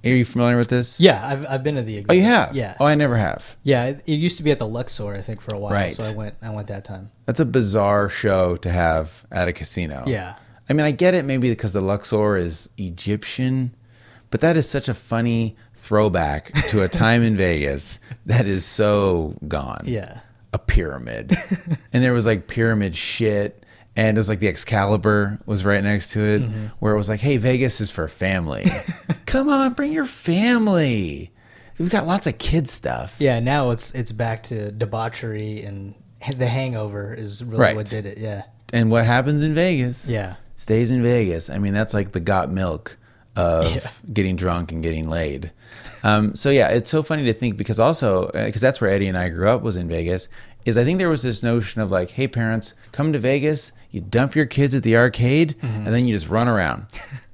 S1: Are you familiar with this?
S2: Yeah, I've, I've been to the exhibit.
S1: Oh, you have?
S2: Yeah.
S1: Oh, I never have.
S2: Yeah, it, it used to be at the Luxor, I think, for a while.
S1: Right.
S2: So I went. I went that time.
S1: That's a bizarre show to have at a casino.
S2: Yeah.
S1: I mean, I get it maybe because the Luxor is Egyptian, but that is such a funny throwback to a time in Vegas that is so gone.
S2: Yeah.
S1: a pyramid. and there was like pyramid shit. And it was like the Excalibur was right next to it, where it was like, hey, Vegas is for family. Come on, bring your family. We've got lots of kid stuff.
S2: Yeah. Now it's it's back to debauchery and h- the Hangover is really
S1: Right.
S2: what did it. Yeah.
S1: And what happens in Vegas
S2: Yeah.
S1: stays in Vegas. I mean, that's like the got milk of
S2: Yeah.
S1: getting drunk and getting laid. Um, so yeah, it's so funny to think because also because that's where Eddie and I grew up was in Vegas. Is I think there was this notion of like, hey parents, come to Vegas, you dump your kids at the arcade,
S2: Mm-hmm.
S1: and then you just run around.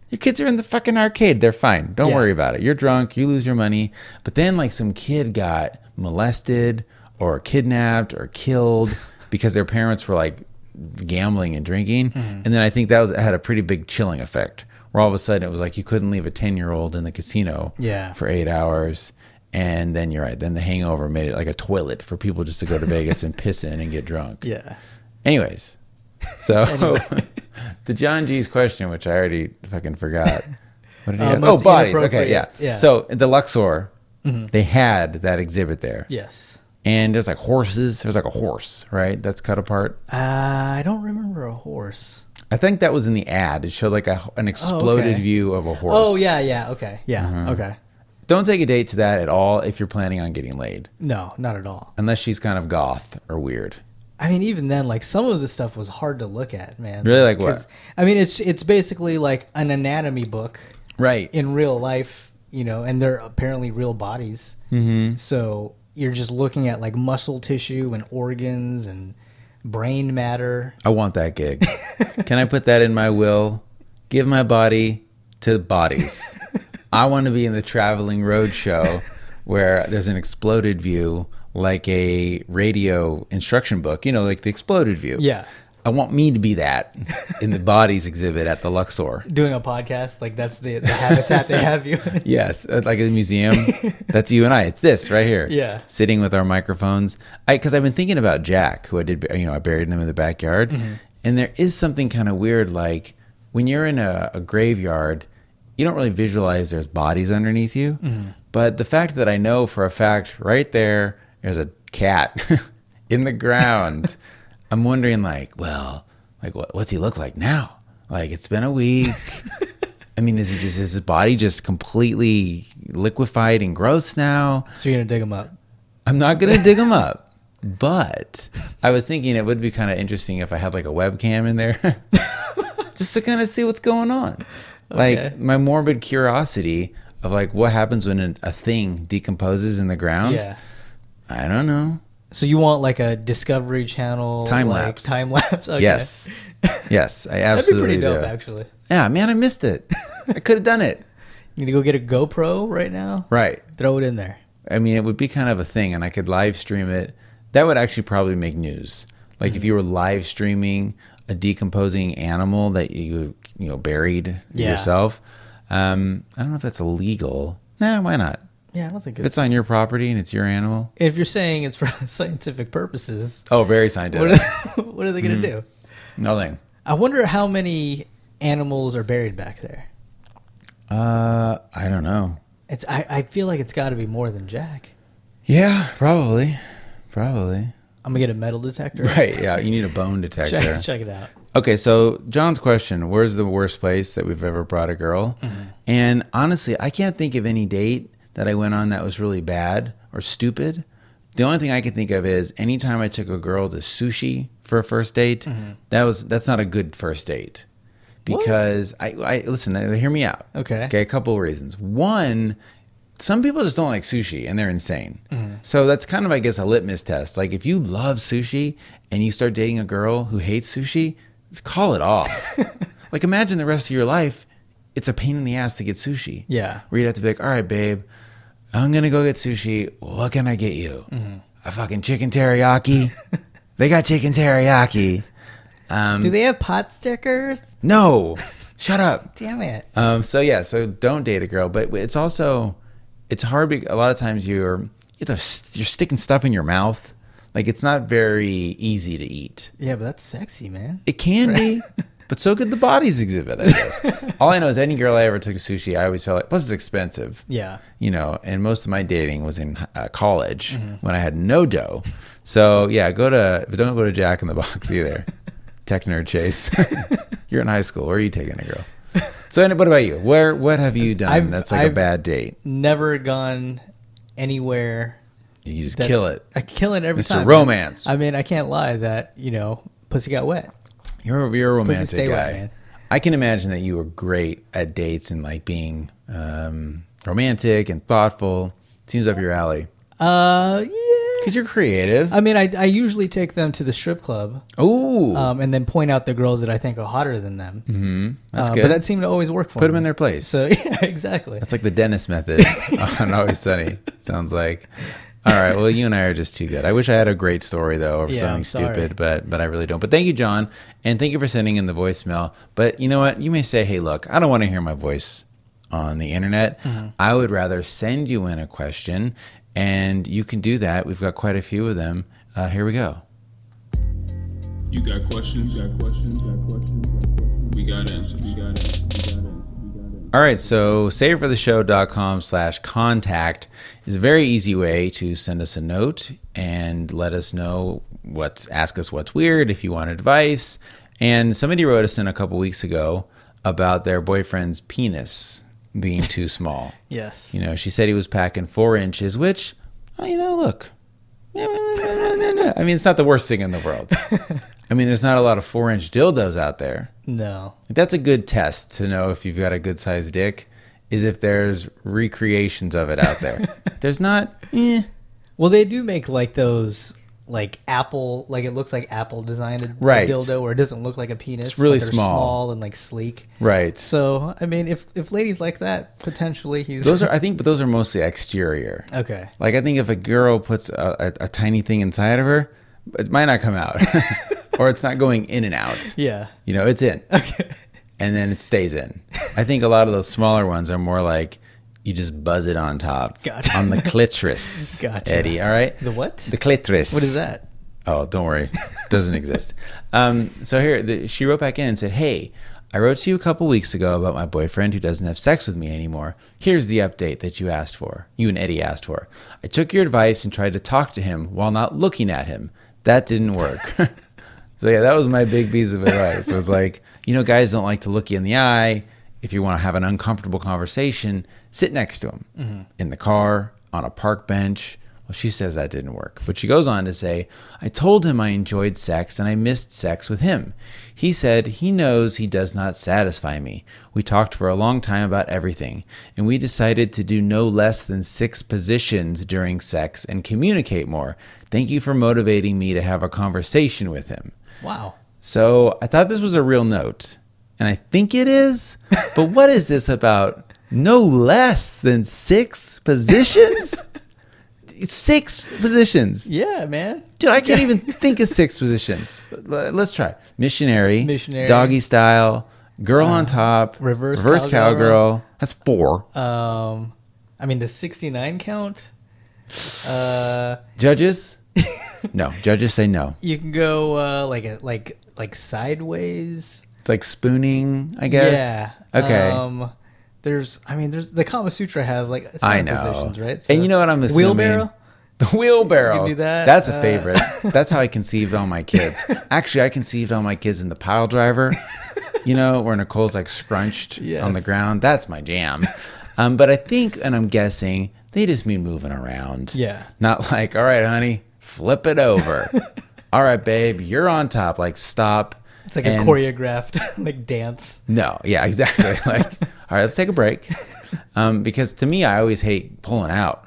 S1: Your kids are in the fucking arcade. They're fine. Don't
S2: Yeah.
S1: worry about it. You're drunk. You lose your money. But then, like, some kid got molested or kidnapped or killed because their parents were like gambling and drinking.
S2: Mm-hmm.
S1: And then I think that was had a pretty big chilling effect where all of a sudden it was like you couldn't leave a 10 year old in the casino
S2: Yeah.
S1: for eight hours. And then you're right. Then the hangover made it like a toilet for people just to go to Vegas and piss in and get drunk.
S2: Yeah.
S1: Anyways, so the John G's question, which I already fucking forgot. What did he
S2: Uh,
S1: have?
S2: most
S1: Oh, bodies. Okay,
S2: inappropriate.
S1: yeah.
S2: Yeah. Mm-hmm.
S1: So at the Luxor, they had that exhibit there,
S2: Yes.
S1: and there's like horses. There's like a horse, right? That's cut apart.
S2: Uh, I don't remember a horse.
S1: I think that was in the ad. It showed like a, an exploded
S2: Oh, okay.
S1: view of a horse. Mm-hmm.
S2: Oh yeah. Yeah. Okay. Yeah. Okay.
S1: Don't take a date to that at all if you're planning on getting laid,
S2: No, not at all.
S1: unless she's kind of goth or weird.
S2: I mean, even then, like some of the stuff was hard to look at, man.
S1: Really? Like what?
S2: 'Cause, I mean, it's it's basically like an anatomy book
S1: Right.
S2: in real life, you know, and they're apparently real bodies. Mm-hmm. So you're just looking at like muscle tissue and organs and brain matter.
S1: I want that gig. Can I put that in my will? Give my body to bodies. I want to be in the traveling road show where there's an exploded view like a radio instruction book, you know, like the exploded view.
S2: Yeah,
S1: I want me to be that in the bodies exhibit at the Luxor.
S2: doing a podcast like that's the, the habitat they have you. in.
S1: Yes, uh, like a museum. That's you and I. It's this right here.
S2: Yeah.
S1: sitting with our microphones. I because I've been thinking about Jack, who I did. You know, I buried him in the backyard, and there is something kind of weird. Like when you're in a, a graveyard, you don't really visualize there's bodies underneath you. But the fact that I know for a fact, right there, there's a cat in the ground. I'm wondering, like, well, like what, what's he look like now? Like it's been a week. I mean, is he just is his body just completely liquefied and gross now?
S2: So you're gonna dig them up.
S1: I'm not gonna dig him up, but I was thinking it would be kind of interesting if I had like a webcam in there, just to kind of see what's going on.
S2: Okay.
S1: Like my morbid curiosity of like what happens when an- a thing decomposes in the ground.
S2: Yeah.
S1: I don't know.
S2: So you want like a Discovery Channel
S1: Time
S2: like,
S1: lapse.
S2: time lapse? Okay.
S1: Yes, yes, I
S2: that'd be
S1: absolutely
S2: pretty dope.
S1: do.
S2: Actually,
S1: Yeah, man, I missed it. I could have done it.
S2: you need to go get a GoPro right now.
S1: Right.
S2: Throw it in there.
S1: I mean, it would be kind of a thing, and I could live stream it. That would actually probably make news. Like if you were live streaming a decomposing animal that you you know buried
S2: Yeah.
S1: yourself. Um, I don't know if that's illegal. Nah, why not?
S2: Yeah, I don't think
S1: If
S2: it's.
S1: it's on your property and it's your animal.
S2: If you're saying it's for scientific purposes,
S1: Oh, very
S2: what
S1: scientific.
S2: are, what are they gonna do?
S1: Nothing.
S2: I wonder how many animals are buried back there.
S1: Uh, I don't know.
S2: It's I, I feel like it's got to be more than Jack.
S1: Yeah, probably, probably.
S2: I'm gonna get a metal detector.
S1: Right. Yeah, you need a bone
S2: Check,
S1: detector.
S2: check it out.
S1: Okay, so John's question, where's the worst place that we've ever brought a girl? And honestly, I can't think of any date that I went on that was really bad or stupid. The only thing I can think of is anytime I took a girl to sushi for a first date, that was that's not a good first date. Because I, I listen, uh, hear me out.
S2: Okay.
S1: Okay, a couple of reasons. One, some people just don't like sushi and they're insane.
S2: Mm-hmm.
S1: So that's kind of, I guess, a litmus test. Like if you love sushi and you start dating a girl who hates sushi, call it off. like imagine the rest of your life, it's a pain in the ass to get sushi.
S2: Yeah.
S1: Where you'd have to be like, all right, babe, I'm going to go get sushi. What can I get you?
S2: Mm-hmm.
S1: A fucking chicken teriyaki. they got chicken teriyaki. Um,
S2: Do they have pot stickers?
S1: no, shut up.
S2: Damn it.
S1: Um, so yeah, so don't date a girl, but it's also it's hard. Because a lot of times you're it's a, you're sticking stuff in your mouth. Like it's not very easy to eat.
S2: Yeah, but that's sexy, man.
S1: It can be, but so could the bodies exhibit. I guess. All I know is any girl I ever took to sushi, I always felt like plus it's expensive.
S2: Yeah.
S1: You know, and most of my dating was in uh, college when I had no dough. So yeah, go to but don't go to Jack in the Box either. Tech nerd chase. You're in high school. Where are you taking a girl? So and what about you? Where what have you done
S2: I've-
S1: that's like a
S2: I've-
S1: bad date?
S2: Never gone anywhere.
S1: You just
S2: that's-
S1: kill it.
S2: I kill it every
S1: Mr.
S2: time. man.
S1: Romance.
S2: I mean, I can't lie that you know, pussy got wet.
S1: You're, you're a romantic
S2: stay
S1: guy.
S2: wet, man.
S1: I can imagine that you were great at dates and like being um, romantic and thoughtful. Seems up your alley
S2: Uh, yeah.
S1: because you're creative.
S2: I mean, I, I usually take them to the strip club
S1: Ooh,
S2: um, and then point out the girls that I think are hotter than them. Mm-hmm.
S1: that's good.
S2: But that seemed to always work for
S1: Put
S2: me.
S1: them in their place.
S2: So yeah, exactly.
S1: That's like the dentist method on Always Sunny. Sounds like. All right. Well, you and I are just too good. I wish I had a great story though, or
S2: Yeah,
S1: something
S2: I'm sorry.
S1: stupid, but but I really don't. But thank you, John, and thank you for sending in the voicemail. But you know what? You may say, "Hey, look, I don't want to hear my voice on the internet.
S2: Mm-hmm.
S1: I would rather send you in a question, and you can do that. We've got quite a few of them. Uh, here we go.
S5: You got questions? You got questions? You got questions? You got questions? We got answers. We got answers. We got answers. We got answers.
S1: All right, so savefortheshow.com slash contact is a very easy way to send us a note and let us know what's, ask us what's weird if you want advice. And somebody wrote us in a couple weeks ago about their boyfriend's penis being too small.
S2: yes.
S1: You know, she said he was packing four inches, which, oh, you know, look. I mean, it's not the worst thing in the world. I mean, there's not a lot of four inch dildos out there.
S2: No.
S1: That's a good test to know if you've got a good sized dick, is if there's recreations of it out there. there's not. Eh.
S2: Well, they do make like those like Apple, like it looks like Apple designed a
S1: Right.
S2: dildo, where it doesn't look like a penis.
S1: It's really
S2: but they're
S1: small.
S2: small and like sleek.
S1: Right.
S2: So I mean, if if ladies like that, potentially he's
S1: Those are, I think, but those are mostly exterior.
S2: okay.
S1: Like, I think if a girl puts a, a, a tiny thing inside of her, it might not come out, or it's not going in and out.
S2: Yeah.
S1: You know, it's in.
S2: Okay.
S1: and then it stays in. I think a lot of those smaller ones are more like you just buzz it on top.
S2: Gotcha.
S1: On the clitoris.
S2: Gotcha.
S1: Eddie, all right?
S2: The what?
S1: The clitoris.
S2: what is that?
S1: Oh, don't worry, doesn't exist. Um, so here, the, she wrote back in and said, "Hey, I wrote to you a couple weeks ago about my boyfriend who doesn't have sex with me anymore. Here's the update that you asked for. You and Eddie asked for. I took your advice and tried to talk to him while not looking at him. That didn't work." So yeah, that was my big piece of advice. It was like, you know, guys don't like to look you in the eye. If you want to have an uncomfortable conversation, sit next to them in the car, on a park bench. Well, she says that didn't work. But she goes on to say, I told him I enjoyed sex and I missed sex with him. He said he knows he does not satisfy me. We talked for a long time about everything, and we decided to do no less than six positions during sex and communicate more. Thank you for motivating me to have a conversation with him.
S2: Wow.
S1: So I thought this was a real note, and I think it is. But what is this about? No less than six positions? It's six positions.
S2: Yeah, man.
S1: Dude, I can't even think of six positions. L- Let's try missionary,
S2: Missionary. Uh,
S1: doggy style, girl on top,
S2: reverse
S1: cowgirl.
S2: cowgirl.
S1: That's four.
S2: Um, I mean, the sixty-nine count. Uh,
S1: judges? No, judges say no.
S2: you can go uh, like a like like sideways.
S1: It's like spooning, I guess.
S2: Yeah.
S1: Okay.
S2: Um, There's, I mean, there's the Kama Sutra has like
S1: I
S2: seven
S1: know.
S2: positions, right?
S1: And you know what I'm assuming?
S2: Wheelbarrow.
S1: The wheelbarrow.
S2: You can do that.
S1: That's a
S2: Uh,
S1: favorite. That's how I conceived all my kids. Actually, I conceived all my kids in the pile driver. You know, where Nicole's like scrunched on the
S2: Yes.
S1: ground. That's my jam. Um, but I think, and I'm guessing, they just mean moving around.
S2: Yeah.
S1: Not like, all right, honey, flip it over. all right, babe, you're on top. Like, stop.
S2: It's like a
S1: And-
S2: choreographed like dance.
S1: no, yeah, exactly. Like, all right, let's take a break. Um, because to me, I always hate pulling out.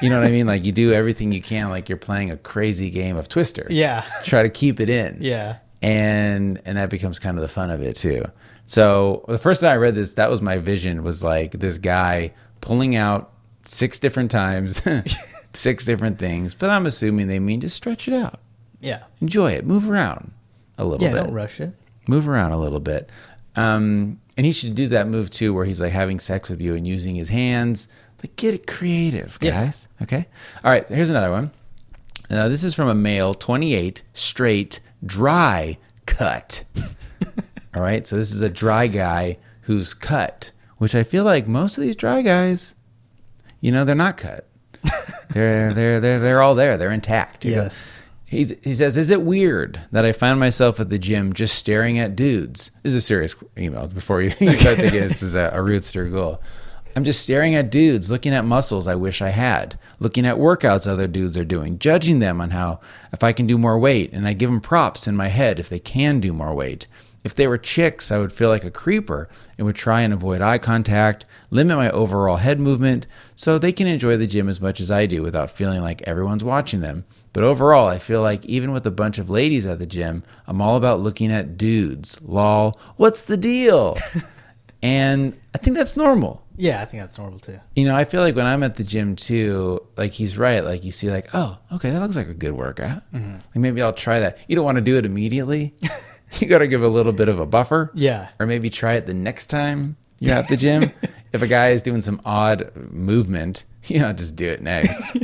S1: You know what I mean? Like you do everything you can, like you're playing a crazy game of Twister.
S2: Yeah.
S1: Try to keep it in.
S2: Yeah.
S1: And and that becomes kind of the fun of it too. So the first time I read this, that was my vision was like this guy pulling out six different times, six different things. But I'm assuming they mean to stretch it out.
S2: Yeah.
S1: Enjoy it. Move around a little
S2: Yeah.
S1: bit
S2: Don't rush it.
S1: move around a little bit. Um, and he should do that move too, where he's like having sex with you and using his hands. Like, get it creative, guys. Okay. All right. Here's another one. Now, this is from a male, 28, straight, dry cut. All right. So, this is a dry guy who's cut, which I feel like most of these dry guys, you know, they're not cut. they're, they're, they're, they're all there. They're intact. You go,
S2: Yes.
S1: He's, he says, Is it weird that I find myself at the gym just staring at dudes? This is a serious email before you, you start thinking this is a, a rootster goal. I'm just staring at dudes, looking at muscles I wish I had, looking at workouts other dudes are doing, judging them on how if I can do more weight, and I give them props in my head if they can do more weight. If they were chicks, I would feel like a creeper and would try and avoid eye contact, limit my overall head movement, so they can enjoy the gym as much as I do without feeling like everyone's watching them. But overall, I feel like even with a bunch of ladies at the gym, I'm all about looking at dudes. Lol, what's the deal? and I think that's normal.
S2: Yeah, I think that's normal too.
S1: You know, I feel like when I'm at the gym too, like he's right. Like you see, like, oh, okay, that looks like a good workout.
S2: Mm-hmm.
S1: Like maybe I'll try that. You don't want to do it immediately. you got to give a little bit of a buffer.
S2: Yeah.
S1: Or maybe try it the next time you're at the gym. if a guy is doing some odd movement, you know, just do it next.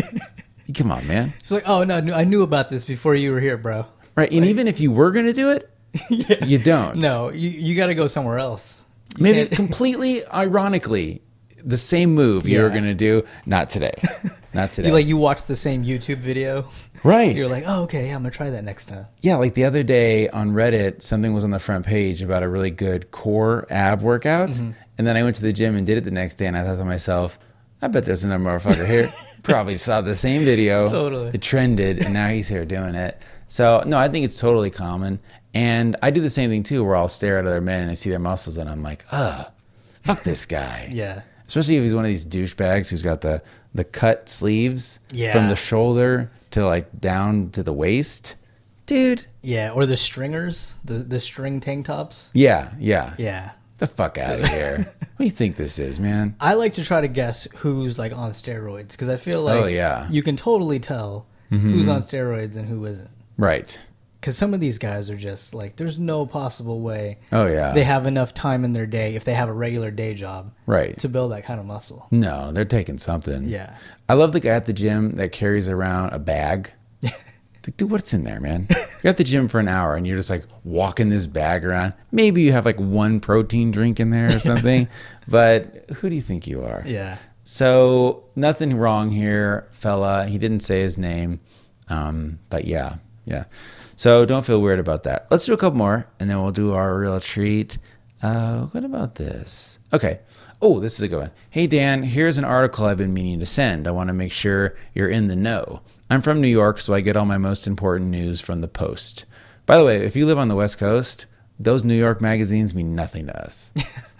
S1: Come on, man.
S2: She's like, oh no, no, I knew about this before you were here, bro.
S1: Right. And even if you were going to do it,
S2: yeah.
S1: you don't.
S2: No, you you got to go somewhere else. You
S1: Maybe
S2: can't-
S1: completely ironically, the same move you were
S2: Yeah.
S1: going to do, not today. Not today.
S2: you, like you watch the same YouTube video.
S1: right.
S2: You're like, oh okay, yeah, I'm gonna try that next time.
S1: Yeah, like the other day on Reddit, something was on the front page about a really good core ab workout.
S2: Mm-hmm.
S1: And then I went to the gym and did it the next day, and I thought to myself, I bet there's another motherfucker here. Probably saw the same video.
S2: Totally.
S1: It trended, and now he's here doing it. So, no, I think it's totally common. And I do the same thing too, where I'll stare at other men and I see their muscles, and I'm like, ugh, fuck this guy.
S2: Yeah.
S1: Especially if he's one of these douchebags who's got the, the cut sleeves
S2: Yeah.
S1: from the shoulder to like down to the waist. Dude.
S2: Yeah, or the stringers, the the string tank tops.
S1: Yeah, yeah.
S2: Yeah.
S1: The fuck out of here. what do you think this is, man?
S2: I like to try to guess who's like on steroids because I feel like
S1: Oh, yeah. Mm-hmm.
S2: you can totally tell who's on steroids and who isn't.
S1: Right.
S2: Because some of these guys are just like, there's no possible way
S1: Oh yeah.
S2: they have enough time in their day if they have a regular day job
S1: right.
S2: to build that kind of muscle.
S1: no, they're taking something.
S2: Yeah.
S1: I love the guy at the gym that carries around a bag. Like, dude, what's in there, man? You're at the gym for an hour and you're just like walking this bag around. Maybe you have like one protein drink in there or something, but who do you think you are?
S2: Yeah.
S1: So nothing wrong here, fella. He didn't say his name, um, but yeah, yeah. So don't feel weird about that. Let's do a couple more, and then we'll do our real treat. Uh, what about this? Okay. Oh, this is a good one. Hey Dan, here's an article I've been meaning to send. I want to make sure you're in the know. I'm from New York, so I get all my most important news from the Post. By the way, if you live on the West Coast, those New York magazines mean nothing to us.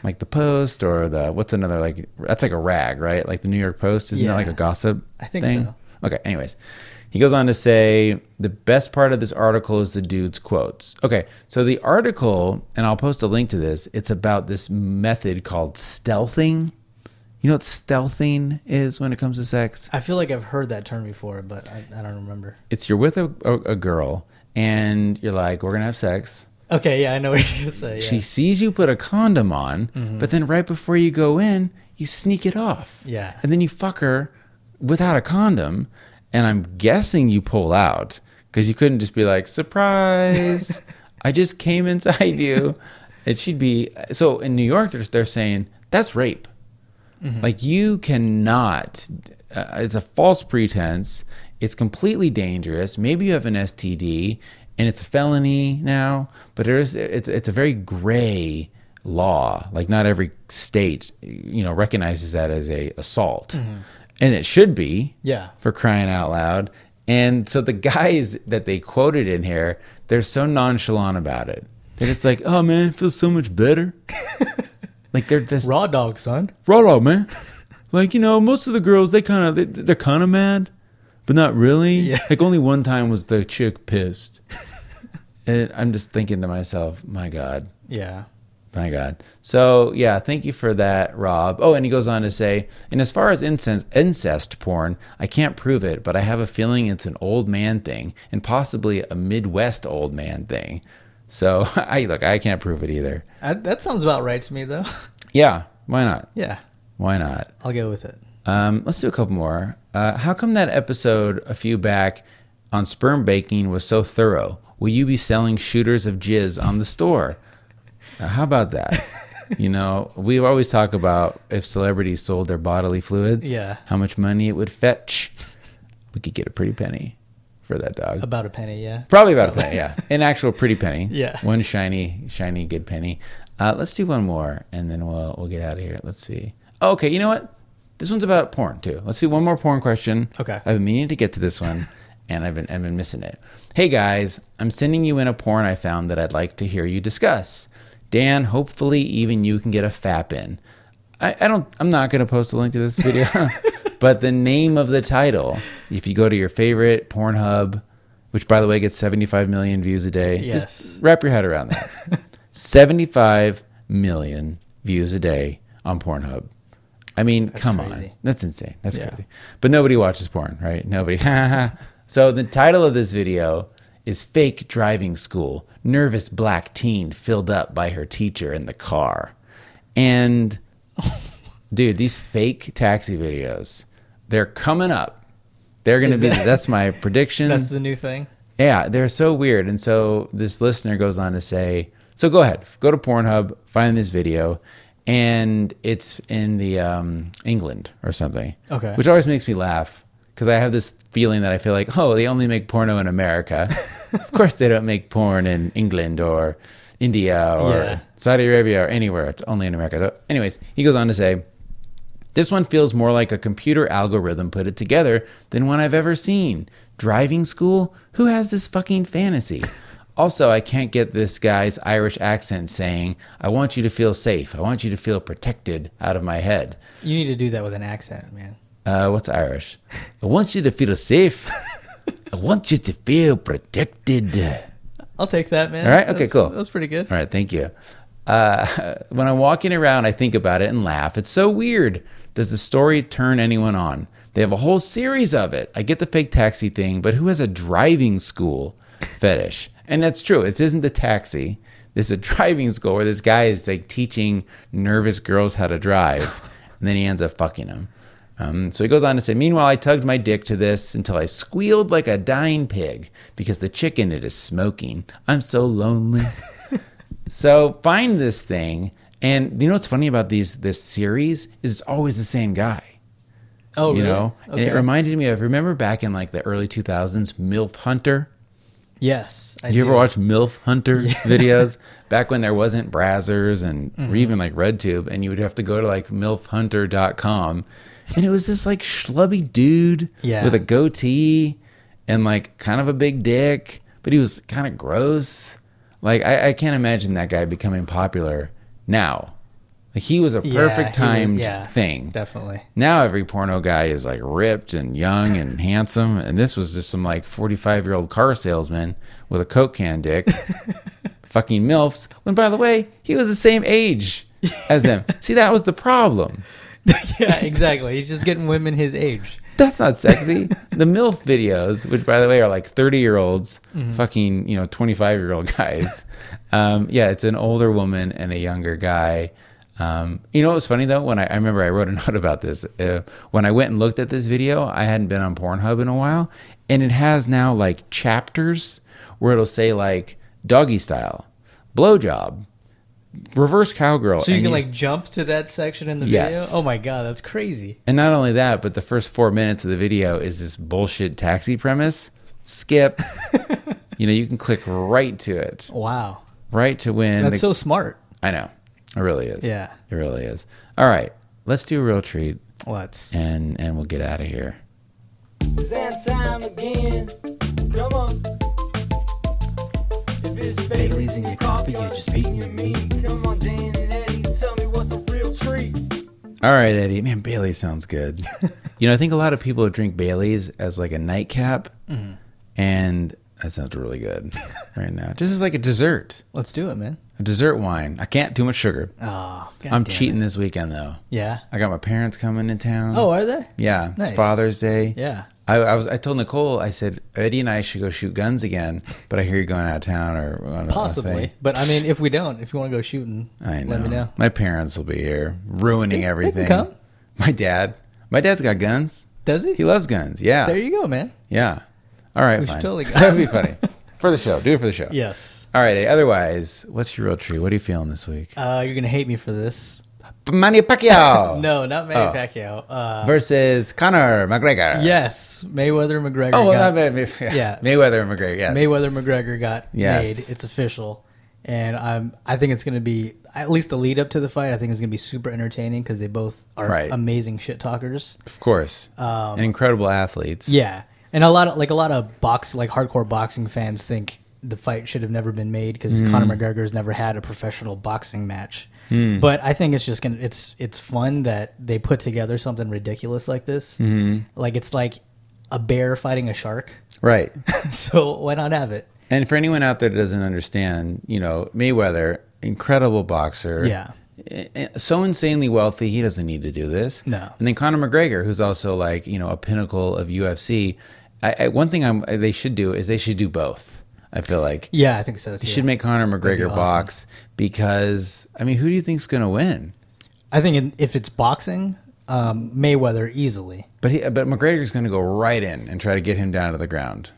S1: like the Post or the what's another like that's like a rag, right? Like the New York Post isn't that
S2: Yeah.
S1: like a gossip?
S2: I think so.
S1: Okay. Anyways, he goes on to say the best part of this article is the dude's quotes. Okay, so the article, and I'll post a link to this. It's about this method called stealthing. You know what stealthing is when it comes to sex?
S2: I feel like I've heard that term before, but I, I don't remember.
S1: It's you're with a, a, a girl and you're like, we're gonna have sex.
S2: Okay, yeah, I know what you're gonna say. Yeah. Mm-hmm.
S1: She sees you put a condom on, but then right before you go in, you sneak it off.
S2: Yeah.
S1: And then you fuck her without a condom. And I'm guessing you pull out because you couldn't just be like, surprise, I just came inside you. It should be so in New York, they're, they're saying that's rape.
S2: Mm-hmm.
S1: Like you cannot. Uh, it's a false pretense. It's completely dangerous. Maybe you have an STD and it's a felony now, but there is it's it's a very gray law. Like not every state, you know, recognizes that as a assault, and it should be
S2: Mm-hmm. Yeah.
S1: for crying out loud. And so the guys that they quoted in here, they're so nonchalant about it. They're just like, oh man, it feels so much better. like they're just
S2: Raw dog, son.
S1: Rolo, man. Like you know, most of the girls they kind of they, they're kind of mad, but not really.
S2: Yeah.
S1: Like only one time was the chick pissed. and I'm just thinking to myself, my God,
S2: Yeah.
S1: my God. So yeah, thank you for that, Rob. Oh, and he goes on to say, and as far as incest, incest porn, I can't prove it, but I have a feeling it's an old man thing, and possibly a Midwest old man thing. So I look, I can't prove it either.
S2: I, that sounds about right to me, though.
S1: Yeah, why not?
S2: yeah.
S1: Why not?
S2: I'll go with it.
S1: Um, let's do a couple more. Uh, how come that episode a few back on sperm baking was so thorough? Will you be selling shooters of jizz on the store? Uh, how about that? you know, we always talk about if celebrities sold their bodily fluids,
S2: Yeah.
S1: how much money it would fetch. We could get a pretty penny for that dog.
S2: About a penny, yeah.
S1: Probably about a penny, yeah. An actual pretty penny.
S2: Yeah.
S1: One shiny, shiny good penny. Uh, let's do one more and then we'll we'll get out of here. Let's see. Oh, okay, you know what? This one's about porn too. Let's do one more porn question.
S2: Okay.
S1: I've been meaning to get to this one and I've been I've been missing it. Hey guys, I'm sending you in a porn I found that I'd like to hear you discuss. Dan, hopefully even you can get a fap in. I, I don't I'm not gonna post a link to this video. But the name of the title, if you go to your favorite Pornhub, which by the way gets 75 million views a day,
S2: Yes.
S1: just wrap your head around that. 75 million views a day on Pornhub. I mean, come on.
S2: crazy.
S1: That's insane. That's
S2: Yeah.
S1: crazy. But nobody watches porn, right? Nobody. so the title of this video is Fake Driving School Nervous Black Teen Filled Up by Her Teacher in the Car. And dude, these fake taxi videos, they're coming up. They're going to
S2: Is
S1: be,
S2: that-
S1: that's my prediction.
S2: That's the new thing.
S1: Yeah, they're so weird. And so this listener goes on to say, so go ahead, go to Pornhub, find this video, and it's in the um, England or something.
S2: Okay.
S1: Which always makes me laugh because I have this feeling that I feel like, oh, they only make porno in America. of course, they don't make porn in England or India or
S2: Yeah.
S1: Saudi Arabia or anywhere. It's only in America. So, anyways, he goes on to say. This one feels more like a computer algorithm put it together than one I've ever seen. Driving school? Who has this fucking fantasy? Also, I can't get this guy's Irish accent saying, I want you to feel safe. I want you to feel protected out of my head.
S2: You need to do that with an accent, man.
S1: Uh, what's Irish? I want you to feel safe. I want you to feel protected. All
S2: I'll take that, man.
S1: All right, okay,
S2: That's-
S1: cool.
S2: That's pretty good.
S1: right, thank you. Uh, when I'm walking around, I think about it and laugh. It's so weird. Does the story turn anyone on? They have a whole series of it. I get the fake taxi thing, but who has a driving school fetish? And that's true. It isn't the taxi. This is a driving school where this guy is like teaching nervous girls how to drive, and then he ends up fucking them. Um, so he goes on to say, Meanwhile, I tugged my dick to this until I squealed like a dying pig because the chick in it is smoking. I'm so lonely. So find this thing, and you know what's funny about these this series is it's always the same guy.
S2: Oh,
S1: you
S2: really?
S1: know, and it reminded me of remember back in like the early two thousands, Milf Hunter.
S2: yes. I
S1: Do you ever
S2: do.
S1: watch MILF Hunter videos? Back when there wasn't Brazzers and
S2: Mm-hmm.
S1: or even like RedTube, and you would have to go to like MILFHunter.com. And it was this like schlubby dude
S2: Yeah.
S1: with a goatee and like kind of a big dick, but he was kind of gross. Like, I, I can't imagine that guy becoming popular now. Like, he was a
S2: Yeah, he
S1: perfect
S2: was-
S1: timed
S2: yeah,
S1: thing
S2: Definitely.
S1: now every porno guy is like ripped and young and handsome and this was just some like 45 year old car salesman with a coke can dick fucking milfs when by the way he was the same age as them see that was the problem
S2: yeah, exactly. He's just getting women his age.
S1: that's not sexy the milf videos which by the way are like 30 year olds
S2: Mm-hmm.
S1: fucking you know 25 year old guys um, yeah it's an older woman and a younger guy um, you know what was funny though when I, I remember i wrote a note about this uh, when i went and looked at this video i hadn't been on pornhub in a while and it has now like chapters where it'll say like doggy style blowjob reverse cowgirl.
S2: So you
S1: and
S2: can like jump to that section in the
S1: Yes.
S2: video. Oh my god, that's crazy.
S1: and not only that, but the first four minutes of the video is this bullshit taxi premise. Skip. you know, you can click right to it,
S2: Wow,
S1: right to when.
S2: that's
S1: the-
S2: so smart.
S1: I know, it really is.
S2: Yeah.
S1: it really is. All right, let's do a real treat,
S2: Let's.
S1: and and we'll get out of here.
S6: It's that time again. Come on. If it's Bailey's in your coffee, you're just beating your meat. Come on, Dan and Eddie, tell me what's the real treat.
S1: All right, Eddie. Man, Bailey sounds good. you know, I think a lot of people drink Bailey's as like a nightcap,
S2: Mm-hmm.
S1: and that sounds really good right now. Just as like a dessert,
S2: Let's do it, man.
S1: a dessert wine. I can't too much sugar.
S2: Oh, God
S1: I'm
S2: damn
S1: cheating
S2: it.
S1: this weekend though.
S2: Yeah.
S1: I got my parents coming in town.
S2: Oh, are they?
S1: yeah,
S2: nice.
S1: it's Father's Day.
S2: Yeah.
S1: I, I was. I told Nicole. I said Eddie and I should go shoot guns again, but I hear you're going out of town or on a- a thing."
S2: Possibly, but I mean, if we don't, if you want to go shooting,
S1: I know.
S2: let me know.
S1: My parents will be here, ruining everything.
S2: come.
S1: My dad. My dad's got guns.
S2: Does he?
S1: He loves guns. Yeah.
S2: there you go, man.
S1: Yeah. All right.
S2: We should
S1: fine.
S2: totally go.
S1: That would be funny for the show. Do it for the show.
S2: Yes.
S1: All right. Otherwise, what's your real tree? What are you feeling this week?
S2: Uh, you're gonna hate me for this.
S1: Manny Pacquiao.
S2: No, not Manny
S1: Oh.
S2: Pacquiao. Uh,
S1: Versus Conor McGregor.
S2: yes, Mayweather McGregor.
S1: Oh, well, not
S2: got-
S1: May- May- yeah.
S2: Yeah.
S1: Mayweather and McGregor. Yes.
S2: Mayweather McGregor got
S1: Yes.
S2: made. It's official, and I'm. I think it's going to be at least the lead up to the fight. I think it's going to be super entertaining because they both are
S1: Right.
S2: amazing shit talkers.
S1: Of course. and incredible athletes.
S2: Um, Yeah, and a lot of like a lot of box like hardcore boxing fans think the fight should have never been made because Conor McGregor's never had a professional boxing match. But I think it's just gonna it's it's fun that they put together something ridiculous like this. Like it's like a bear fighting a shark.
S1: Right.
S2: so why not have it?
S1: And for anyone out there that doesn't understand, you know, Mayweather, incredible boxer.
S2: Yeah.
S1: I- I- So insanely wealthy, he doesn't need to do this.
S2: No.
S1: And then Conor McGregor, who's also like, you know, a pinnacle of UFC. I, I, one thing I'm, eh, they should do is they should do both. I feel like
S2: Yeah, I think so too.
S1: they should make Conor
S2: be
S1: McGregor
S2: awesome.
S1: box because, I mean, who do you think's going to win?
S2: I think in, if it's boxing, um, Mayweather easily.
S1: But he, but McGregor's going to go right in and try to get him down to the ground.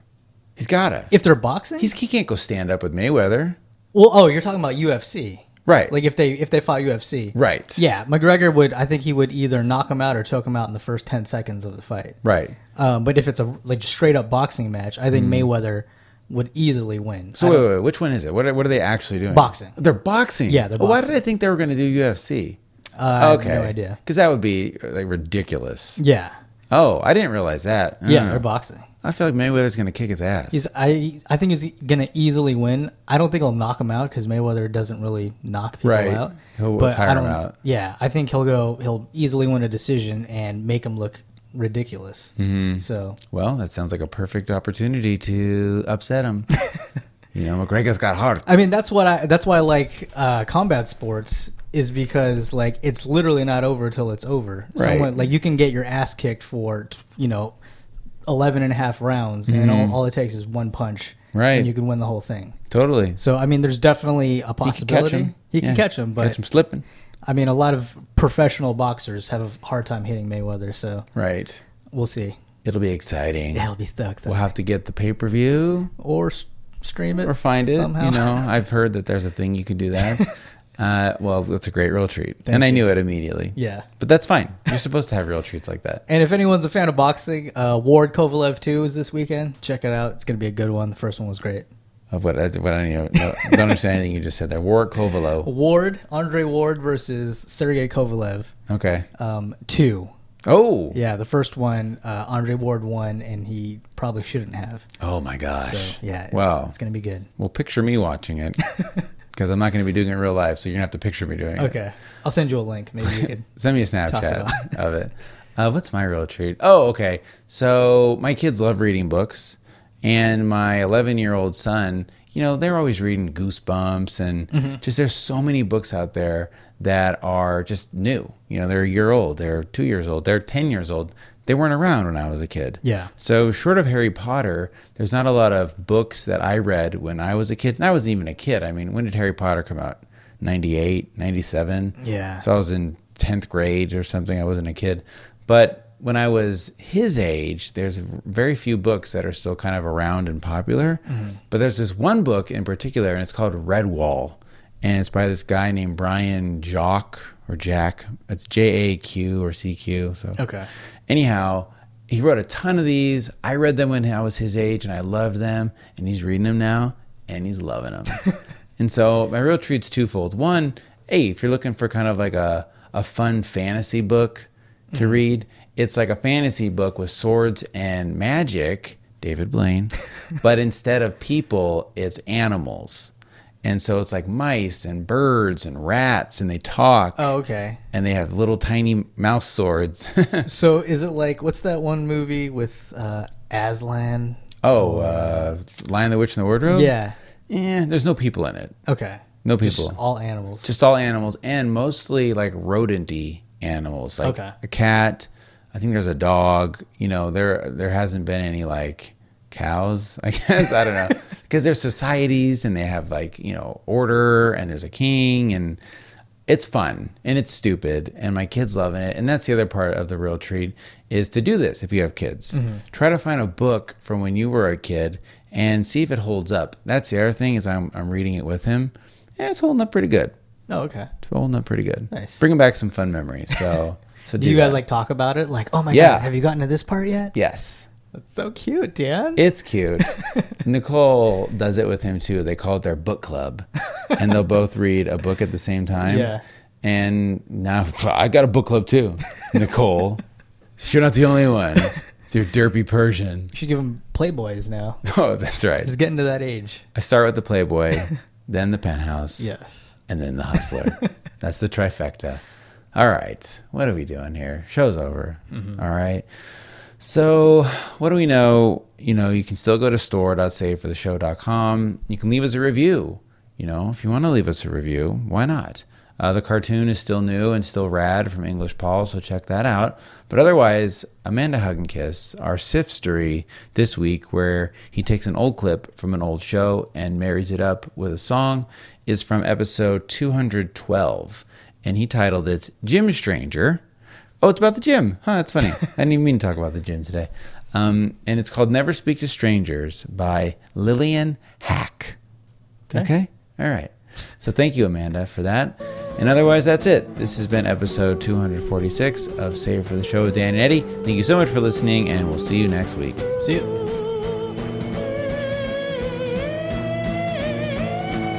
S1: He's gotta.
S2: If they're boxing,
S1: He's he can't go stand up with Mayweather.
S2: well. Oh, you're talking about UFC,
S1: Right.
S2: Like if they if they fought UFC,
S1: right.
S2: Yeah, McGregor would. I think he would either knock him out or choke him out in the first ten seconds of the fight.
S1: Right.
S2: Um, but if it's a like straight up boxing match, I think Mayweather would easily win.
S1: Mm-hmm. So
S2: I
S1: wait,
S2: don't-
S1: wait, wait, which one is it? What are, what are they actually doing?
S2: Boxing.
S1: They're boxing.
S2: Yeah, they're
S1: Oh, Why did
S2: boxing.
S1: I think they were going to do UFC?
S2: uh, I have no idea.
S1: Because that would be like ridiculous.
S2: Yeah,
S1: Oh, I didn't realize that.
S2: yeah,
S1: Oh.
S2: they're boxing.
S1: I feel like Mayweather's going to kick his ass.
S2: He's I I think he's gonna easily win. I don't think he'll knock him out because Mayweather doesn't really knock people
S1: Right.
S2: out.
S1: He'll tire
S2: I
S1: him
S2: don't,
S1: out.
S2: Yeah, I think he'll go. He'll easily win a decision and make him look ridiculous.
S1: Mm-hmm.
S2: So
S1: well, that sounds like a perfect opportunity to upset him. you know, McGregor's got heart.
S2: I mean, that's what I. That's why I like uh, combat sports is because like it's literally not over till it's over.
S1: Right.
S2: like you can get your ass kicked for t- you know 11 and a half rounds, and all, all it takes is one punch,
S1: Mm-hmm. Right.
S2: And you can win the whole thing.
S1: totally.
S2: So I mean, there's definitely a
S1: He could catch
S2: possibility
S1: him.
S2: He can
S1: Yeah.
S2: catch him, but
S1: catch him slipping.
S2: I mean, a lot of professional boxers have a hard time hitting Mayweather. So
S1: Right.
S2: we'll see.
S1: It'll be exciting.
S2: That'll be stuck.
S1: We'll have to get the pay per view
S2: or s- stream it
S1: or find it.
S2: somehow.
S1: You know, I've heard that there's a thing you can do that. uh, well, that's a great real treat, and I
S2: you.
S1: knew it immediately.
S2: Yeah.
S1: but that's fine. You're supposed to have real treats like that.
S2: And if anyone's a fan of boxing, uh, Ward Kovalev 2 is this weekend. Check it out. It's going to be a good one. The first one was great.
S1: Of what? I- What I don't, know, don't understand anything you just said there. Warwick Kovalo.
S2: Ward, Andre Ward versus Sergey Kovalev
S1: Okay.
S2: um, 2.
S1: Oh.
S2: Yeah, the first one, uh, Andre Ward won, and he probably shouldn't have.
S1: Oh my gosh.
S2: So, yeah, it's,
S1: wow.
S2: it's going to be good.
S1: well, picture me watching it because I'm not going to be doing it in real life, so you're gonna have to picture me doing it.
S2: Okay. I'll send you a link. Maybe you could.
S1: Send me a Snapchat of it. Uh, what's my real treat? Oh, okay. So my kids love reading books, and my 11 year old son, you know, they're always reading Goosebumps, and
S2: Mm-hmm.
S1: just there's so many books out there that are just new. You know, they're a year old, they're two years old, they're 10 years old. They weren't around when I was a kid.
S2: Yeah.
S1: So short of Harry Potter, there's not a lot of books that I read when I was a kid. And I wasn't even a kid. I mean, when did Harry Potter come out? 98, 97?
S2: Yeah.
S1: So I was in 10th grade or something. I wasn't a kid. But when I was his age, there's very few books that are still
S2: Mm-hmm.
S1: kind of around and popular. But there's this one book in particular, and it's called Redwall. and it's by this guy named Brian Jock or Jack. It's J A Q or C Q. So
S2: Okay.
S1: Anyhow, he wrote a ton of these. I read them when I was his age, and I loved them. And he's reading them now, and he's loving them. and so my real treat's twofold. One, hey, if you're looking for kind of like a a fun fantasy book to read, it's like a fantasy book with swords and magic. David Blaine, but instead of people, it's animals. And so it's like mice and birds and rats, and they talk
S2: Oh, okay.
S1: and they have little tiny mouse swords.
S2: So is it like what's that one movie with uh, Aslan?
S1: Oh, uh, Lion, the Witch, and the Wardrobe?
S2: Yeah.
S1: Yeah, there's no people in it.
S2: Okay.
S1: No people.
S2: Just all animals.
S1: Just all animals and mostly like rodenty animals, like
S2: Okay.
S1: a cat. I think there's a dog. You know, there there hasn't been any like cows. I guess I don't know because there's societies and they have like you know order and there's a king and it's fun and it's stupid and my kids loving it and that's the other part of the real treat is to do this if you have kids try to find a book from when you were a kid and see if it holds up that's the other thing is i'm, I'm reading it with him and it's holding up pretty good
S2: oh, okay.
S1: it's holding up pretty good
S2: Nice.
S1: bringing back some fun memories so so
S2: Do you guys
S1: that.
S2: like talk about it? Like, oh my
S1: Yeah.
S2: god, have you gotten to this part yet?
S1: yes
S2: That's so cute, Dan.
S1: It's cute. Nicole does it with him too. They call it their book club, and they'll both read a book at the same time.
S2: Yeah.
S1: And now I got a book club too, Nicole. You're not the only one. You're derpy Persian.
S2: you should give them Playboys now.
S1: Oh, that's right.
S2: It's getting to that age.
S1: I start with the Playboy, then the Penthouse,
S2: Yes.
S1: and then the Hustler. that's the trifecta. All right, what are we doing here? Show's over.
S2: Mm-hmm.
S1: All right. So, what do we know? You know, you can still go to store.savefortheshow.com. You can leave us a review. You know, if you want to leave us a review, why not? Uh, the cartoon is still new and still rad from English Paul, so check that out. But otherwise, Amanda Hug and Kiss, our sifstery this week, where he takes an old clip from an old show and marries it up with a song, is from episode 212. And he titled it Jim Stranger. Oh, it's about the gym. Huh, that's funny. I didn't even mean to talk about the gym today. Um, and it's called Never Speak to Strangers by Lillian Hack. Okay. All right. So thank you, Amanda, for that. And otherwise, that's it. This has been episode 246 of Save for the Show with Dan and Eddie. Thank you so much for listening, and we'll see you next week.
S2: See you.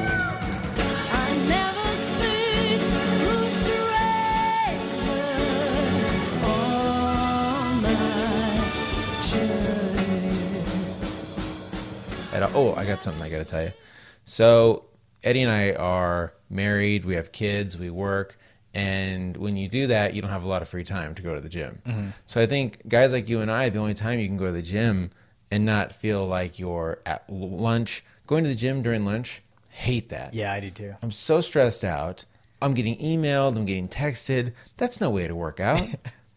S7: I never speak to strangers on my journey.
S1: At all. Oh, I got something I got to tell you. So Eddie and I are married. We have kids. We work. And when you do that, you don't have a lot of free time to go to the gym. So I think guys like you and I, the only time you can go to the gym and not feel like you're at l- lunch, going to the gym during lunch, hate that.
S2: Yeah, I do too.
S1: I'm so stressed out. I'm getting emailed. I'm getting texted. That's no way to work out.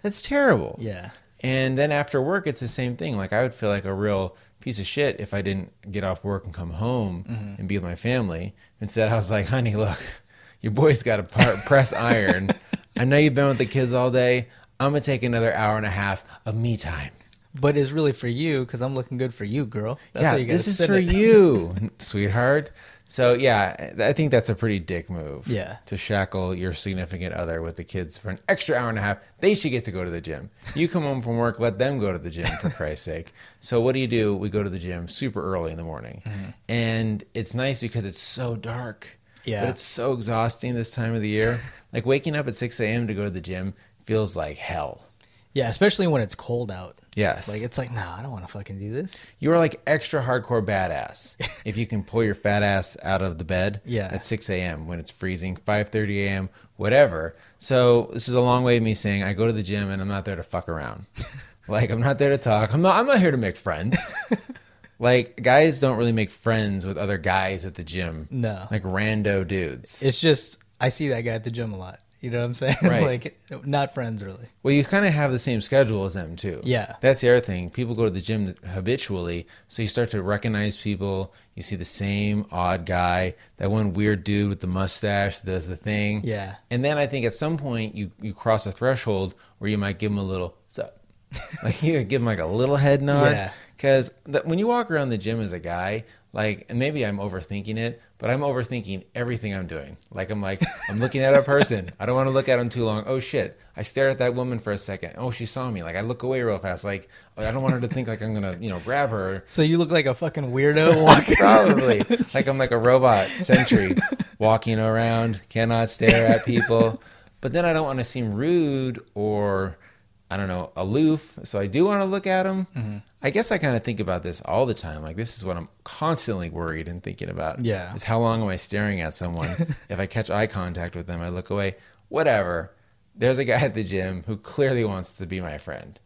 S1: That's terrible.
S2: Yeah.
S1: And then after work, it's the same thing. Like I would feel like a real piece of shit if I didn't get off work and come home and be with my family. Instead, I was like, honey, look, your boy's got to par- press iron. I know you've been with the kids all day. I'm going to take another hour and a half of me time.
S2: But it's really for you because I'm looking good for you, girl. That's what you gotta
S1: this is
S2: send
S1: for
S2: it.
S1: you, sweetheart. So yeah, I think that's a pretty dick move.
S2: Yeah.
S1: to shackle your significant other with the kids for an extra hour and a half. They should get to go to the gym. You come home from work, let them go to the gym for Christ's sake. So what do you do? We go to the gym super early in the morning,
S2: Mm-hmm.
S1: and it's nice because it's so dark.
S2: Yeah.
S1: but it's so exhausting this time of the year. like waking up at six a.m. to go to the gym feels like hell.
S2: Yeah, especially when it's cold out.
S1: Yes,
S2: Like it's like, nah, I don't want to fucking do this.
S1: you are like extra hardcore badass if you can pull your fat ass out of the bed
S2: Yeah.
S1: at 6 a.m. when it's freezing, 5:30 a.m., whatever. So this is a long way of me saying I go to the gym and I'm not there to fuck around. like I'm not there to talk. I'm not. I'm not here to make friends. like guys don't really make friends with other guys at the gym.
S2: No.
S1: like rando dudes.
S2: It's just I see that guy at the gym a lot. You know what I'm saying?
S1: Right.
S2: like not friends really.
S1: Well, you kind of have the same schedule as them too.
S2: Yeah.
S1: that's the other thing. People go to the gym habitually, so you start to recognize people. You see the same odd guy, that one weird dude with the mustache that does the thing.
S2: Yeah.
S1: and then I think at some point you you cross a threshold where you might give him a little sup, like you give him like a little head nod.
S2: Yeah.
S1: Because when you walk around the gym as a guy, Like, and maybe I'm overthinking it, but I'm overthinking everything I'm doing. Like, I'm like, I'm looking at a person. I don't want to look at them too long. Oh shit! I stare at that woman for a second. Oh, she saw me. Like, I look away real fast. Like, I don't want her to think like I'm gonna, you know, grab her.
S2: So you look like a fucking weirdo walking.
S1: Probably like I'm like a robot sentry walking around, cannot stare at people. But then I don't want to seem rude or I don't know, aloof. So I do want to look at them. I guess I kind of think about this all the time. Like this is what I'm constantly worried and thinking about.
S2: Yeah.
S1: Is how long am I staring at someone? if I catch eye contact with them, I look away. Whatever. There's a guy at the gym who clearly wants to be my friend.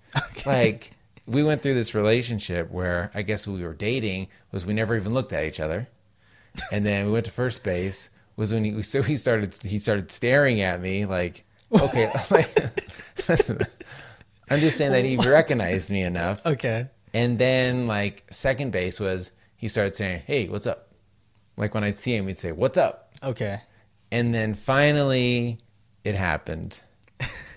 S1: Like we went through this relationship where I guess we were dating was we never even looked at each other and then we went to first base was when he so he started he started staring at me like okay i'm just saying that he recognized me enough
S2: okay.
S1: and then like second base was he started saying hey what's up like when i'd see him he'd say what's up
S2: Okay.
S1: and then finally it happened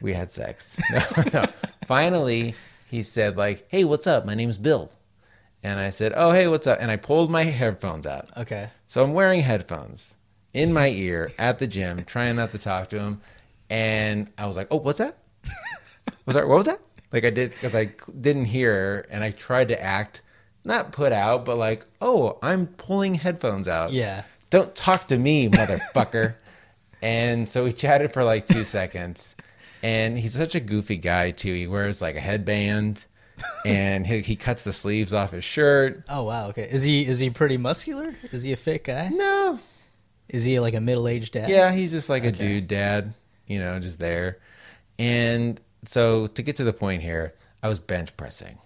S1: we had sex no, no. finally he said like hey what's up my name's bill and i said oh hey what's up and i pulled my headphones out
S2: Okay.
S1: so I'm wearing headphones in my ear at the gym, trying not to talk to him. And I was like, oh, what's that? Was that what was that? Like I did, because I didn't hear and I tried to act not put out, but like, oh, I'm pulling headphones out.
S2: Yeah.
S1: Don't talk to me, motherfucker. and so we chatted for like two seconds. And he's such a goofy guy, too. He wears like a headband and he, he cuts the sleeves off his shirt.
S2: Oh wow. Okay. Is he is he pretty muscular? Is he a fit guy?
S1: No,
S2: Is he like a middle aged dad?
S1: Yeah, he's just like a dude dad, you know, just there. And so to get to the point here, I was bench pressing.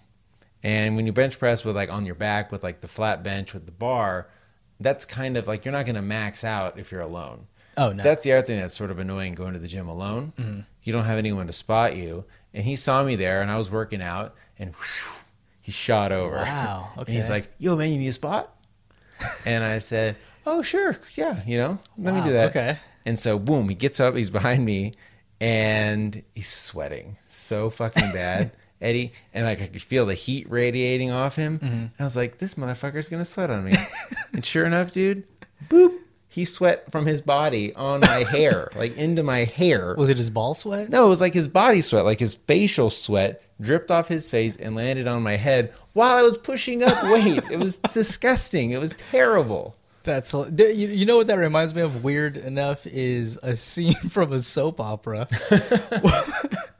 S1: And when you bench press with like on your back with like the flat bench with the bar, that's kind of like you're not going to max out if you're alone.
S2: Oh no. Mm-hmm.
S1: That's the other thing that's sort of annoying going to the gym alone. You don't have anyone to spot you. And he saw me there and I was working out and whew, he shot over.
S2: Wow,
S1: And he's
S2: okay.
S1: like, yo, man, you need a spot? and I said, oh, sure. Yeah. You know, let me do that.
S2: okay.
S1: And so, boom, he gets up, he's behind me, and he's sweating so fucking bad, Eddie. And like I could feel the heat radiating off him. And I was like, this motherfucker's gonna sweat on me. and sure enough, dude, boop, he sweat from his body on my hair, like into my hair.
S2: was it his ball sweat?
S1: No, it was like his body sweat, like his facial sweat dripped off his face and landed on my head while I was pushing up weight. it was disgusting. It was terrible.
S2: That's hel- d- you, you know what that reminds me of. Weird enough is a scene from a soap opera.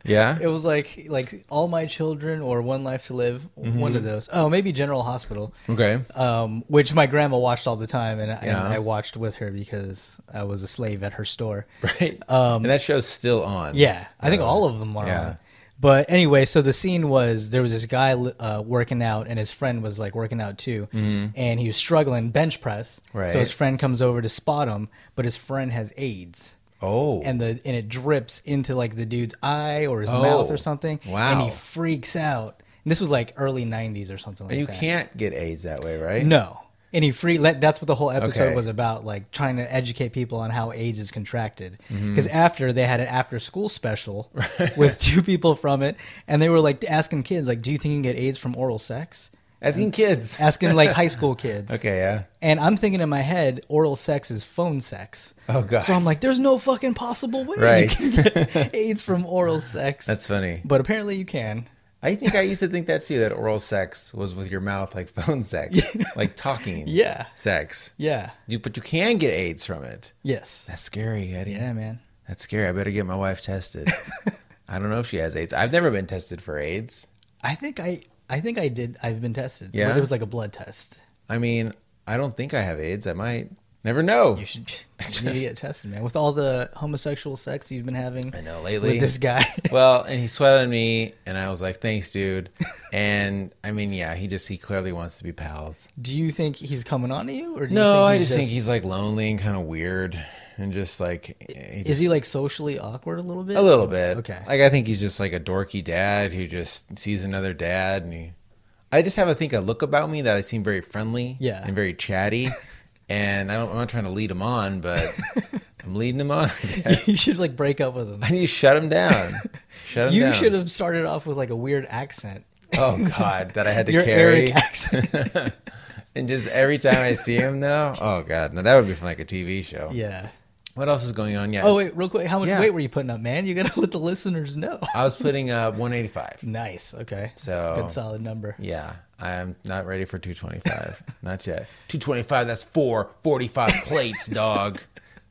S1: Yeah.
S2: it was like like all my children or one life to live. One of those. Oh, maybe General Hospital.
S1: okay.
S2: um, which my grandma watched all the time, and, and
S1: Yeah.
S2: I watched with her because I was a slave at her store.
S1: Right.
S2: Um,
S1: and that show's still on.
S2: Yeah, I think
S1: Uh,
S2: all of them are.
S1: yeah.
S2: on. But anyway, so the scene was there was this guy uh, working out, and his friend was like working out too, and he was struggling bench press.
S1: Mm-hmm. Right.
S2: So his friend comes over to spot him, but his friend has AIDS,
S1: Oh.
S2: and the and it drips into like the dude's eye or his mouth or something. And
S1: Oh, wow.
S2: he freaks out. And this was like early '90s or something like
S1: you
S2: that.
S1: can't get AIDS that way, right?
S2: No. Any free let that's what the whole episode
S1: Okay.
S2: was about, like trying to educate people on how AIDS is contracted.
S1: Mm-hmm.
S2: Because after they had an after school special with two people from it, and they were like asking kids, like, do you think you can get AIDS from oral sex?
S1: Asking kids.
S2: Asking like high school kids.
S1: Okay, yeah.
S2: And I'm thinking in my head, oral sex is phone sex.
S1: Oh, God.
S2: So I'm like, there's no fucking possible way
S1: Right.
S2: you can get AIDS from oral sex.
S1: That's funny.
S2: but apparently you can.
S1: I think I used to think that too, that oral sex was with your mouth like phone sex, like talking
S2: Yeah.
S1: sex.
S2: Yeah.
S1: You, but you can get AIDS from it.
S2: Yes.
S1: That's scary, Eddie.
S2: Yeah, man.
S1: That's scary. I better get my wife tested. I don't know if she has AIDS. I've never been tested for AIDS.
S2: I think I I think I did. I've been tested.
S1: Yeah?
S2: but it was like a blood test.
S1: I mean, I don't think I have AIDS. I might. Never know.
S2: You should you need to get tested, man. With all the homosexual sex you've been having
S1: I know
S2: with
S1: lately.
S2: this guy.
S1: well, and he sweated on me, and I was like, "Thanks, dude." And I mean, yeah, he just he clearly wants to be pals.
S2: do you think he's coming on to you, or do
S1: No, I
S2: you
S1: just think he's like lonely and kind of weird, and just like he
S2: is he
S1: just-
S2: like socially awkward a little bit?
S1: a little bit?
S2: Okay.
S1: Like I think he's just like a dorky dad who just sees another dad, and he. I just have I think a look about me that I seem very friendly,
S2: Yeah.
S1: and very chatty, and I don't. I'm not trying to lead him on, but I'm leading him on. I guess.
S2: you should like break up with him.
S1: I need to shut him down. Shut him
S2: You
S1: down.
S2: should have started off with like a weird accent.
S1: Oh God, that I had to
S2: Your
S1: carry.
S2: Eric accent.
S1: And just every time I see him now, oh god, no, that would be from like a TV show.
S2: Yeah.
S1: What else is going on? Yeah.
S2: Oh
S1: it's-
S2: wait, real quick, how much
S1: Yeah.
S2: weight were you putting up, man? You gotta let the listeners know.
S1: I was putting up 185.
S2: nice. Okay.
S1: So-
S2: good solid number.
S1: Yeah, I'm not ready for 225. not yet. 225, that's four 45 plates, dog.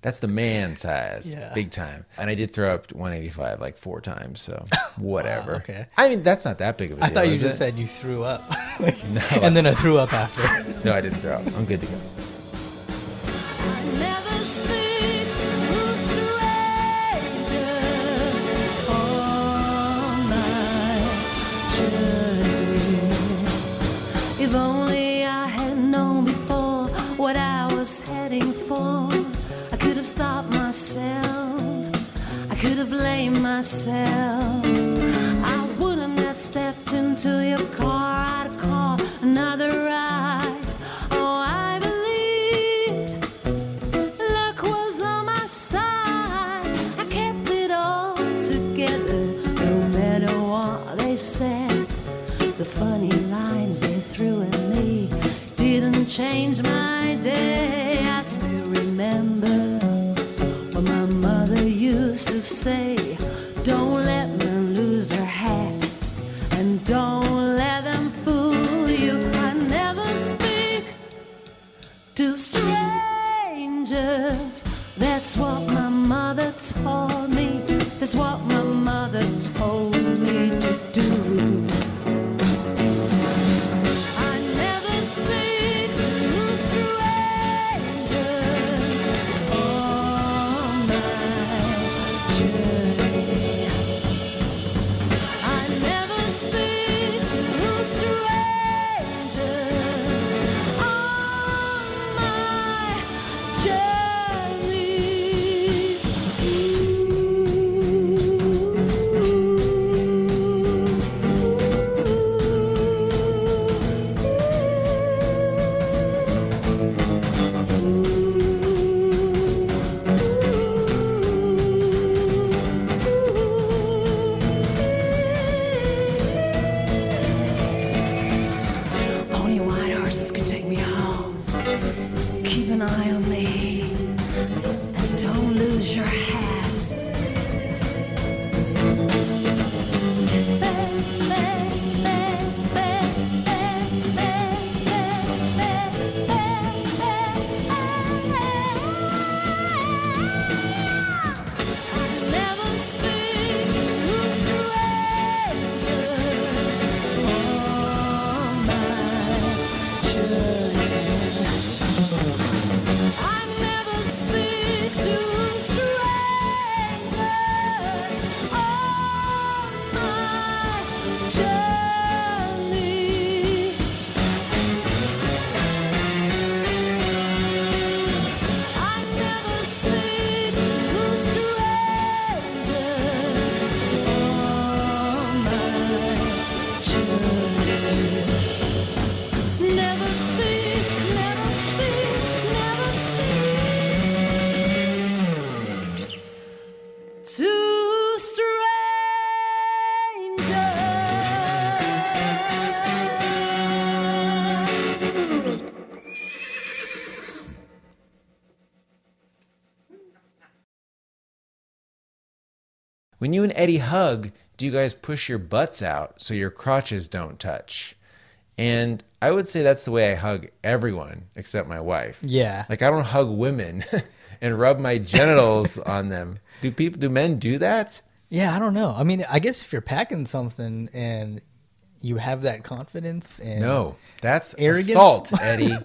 S1: That's the man size,
S2: Yeah.
S1: big time. And I did throw up 185 like four times, so whatever.
S2: okay.
S1: I mean, that's not that big of a
S2: I
S1: deal.
S2: thought you
S1: is
S2: just
S1: it?
S2: said you threw up. Like, and then I threw up after.
S1: No, I didn't throw up. I'm good to go.
S7: I never speak to strangers on my journey. If only I had known before what I was heading for, I could have stopped myself. I could have blamed myself. I wouldn't have stepped into your car. I'd have called another ride. Oh, I believed luck was on my side. I kept it all together, no matter what they said. The funny lines they threw at me didn't change my day. I still remember what my mother used to say. Don't let them lose their hat, and don't let them fool you. I never speak to strangers. That's what my mother told me. That's what my mother told me to do. I never speak to strangers on my journey. I never speak to strangers on my journey. Only white horses could take me home. Keep an eye on me. And don't lose your hat. Never speak to strangers on my journey. I never speak to strangers on my journey. I never speak to strangers on my journey. Never speak, never speak, never speak to strangers.
S1: When you and Eddie hug, do you guys push your butts out so your crotches don't touch? And I would say that's the way I hug everyone except my wife.
S2: Yeah.
S1: Like I don't hug women and rub my genitals on them. Do people do men do that?
S2: Yeah, I don't know. I mean, I guess if you're packing something and you have that confidence and
S1: No. That's
S2: Arrogance?
S1: assault, Eddie.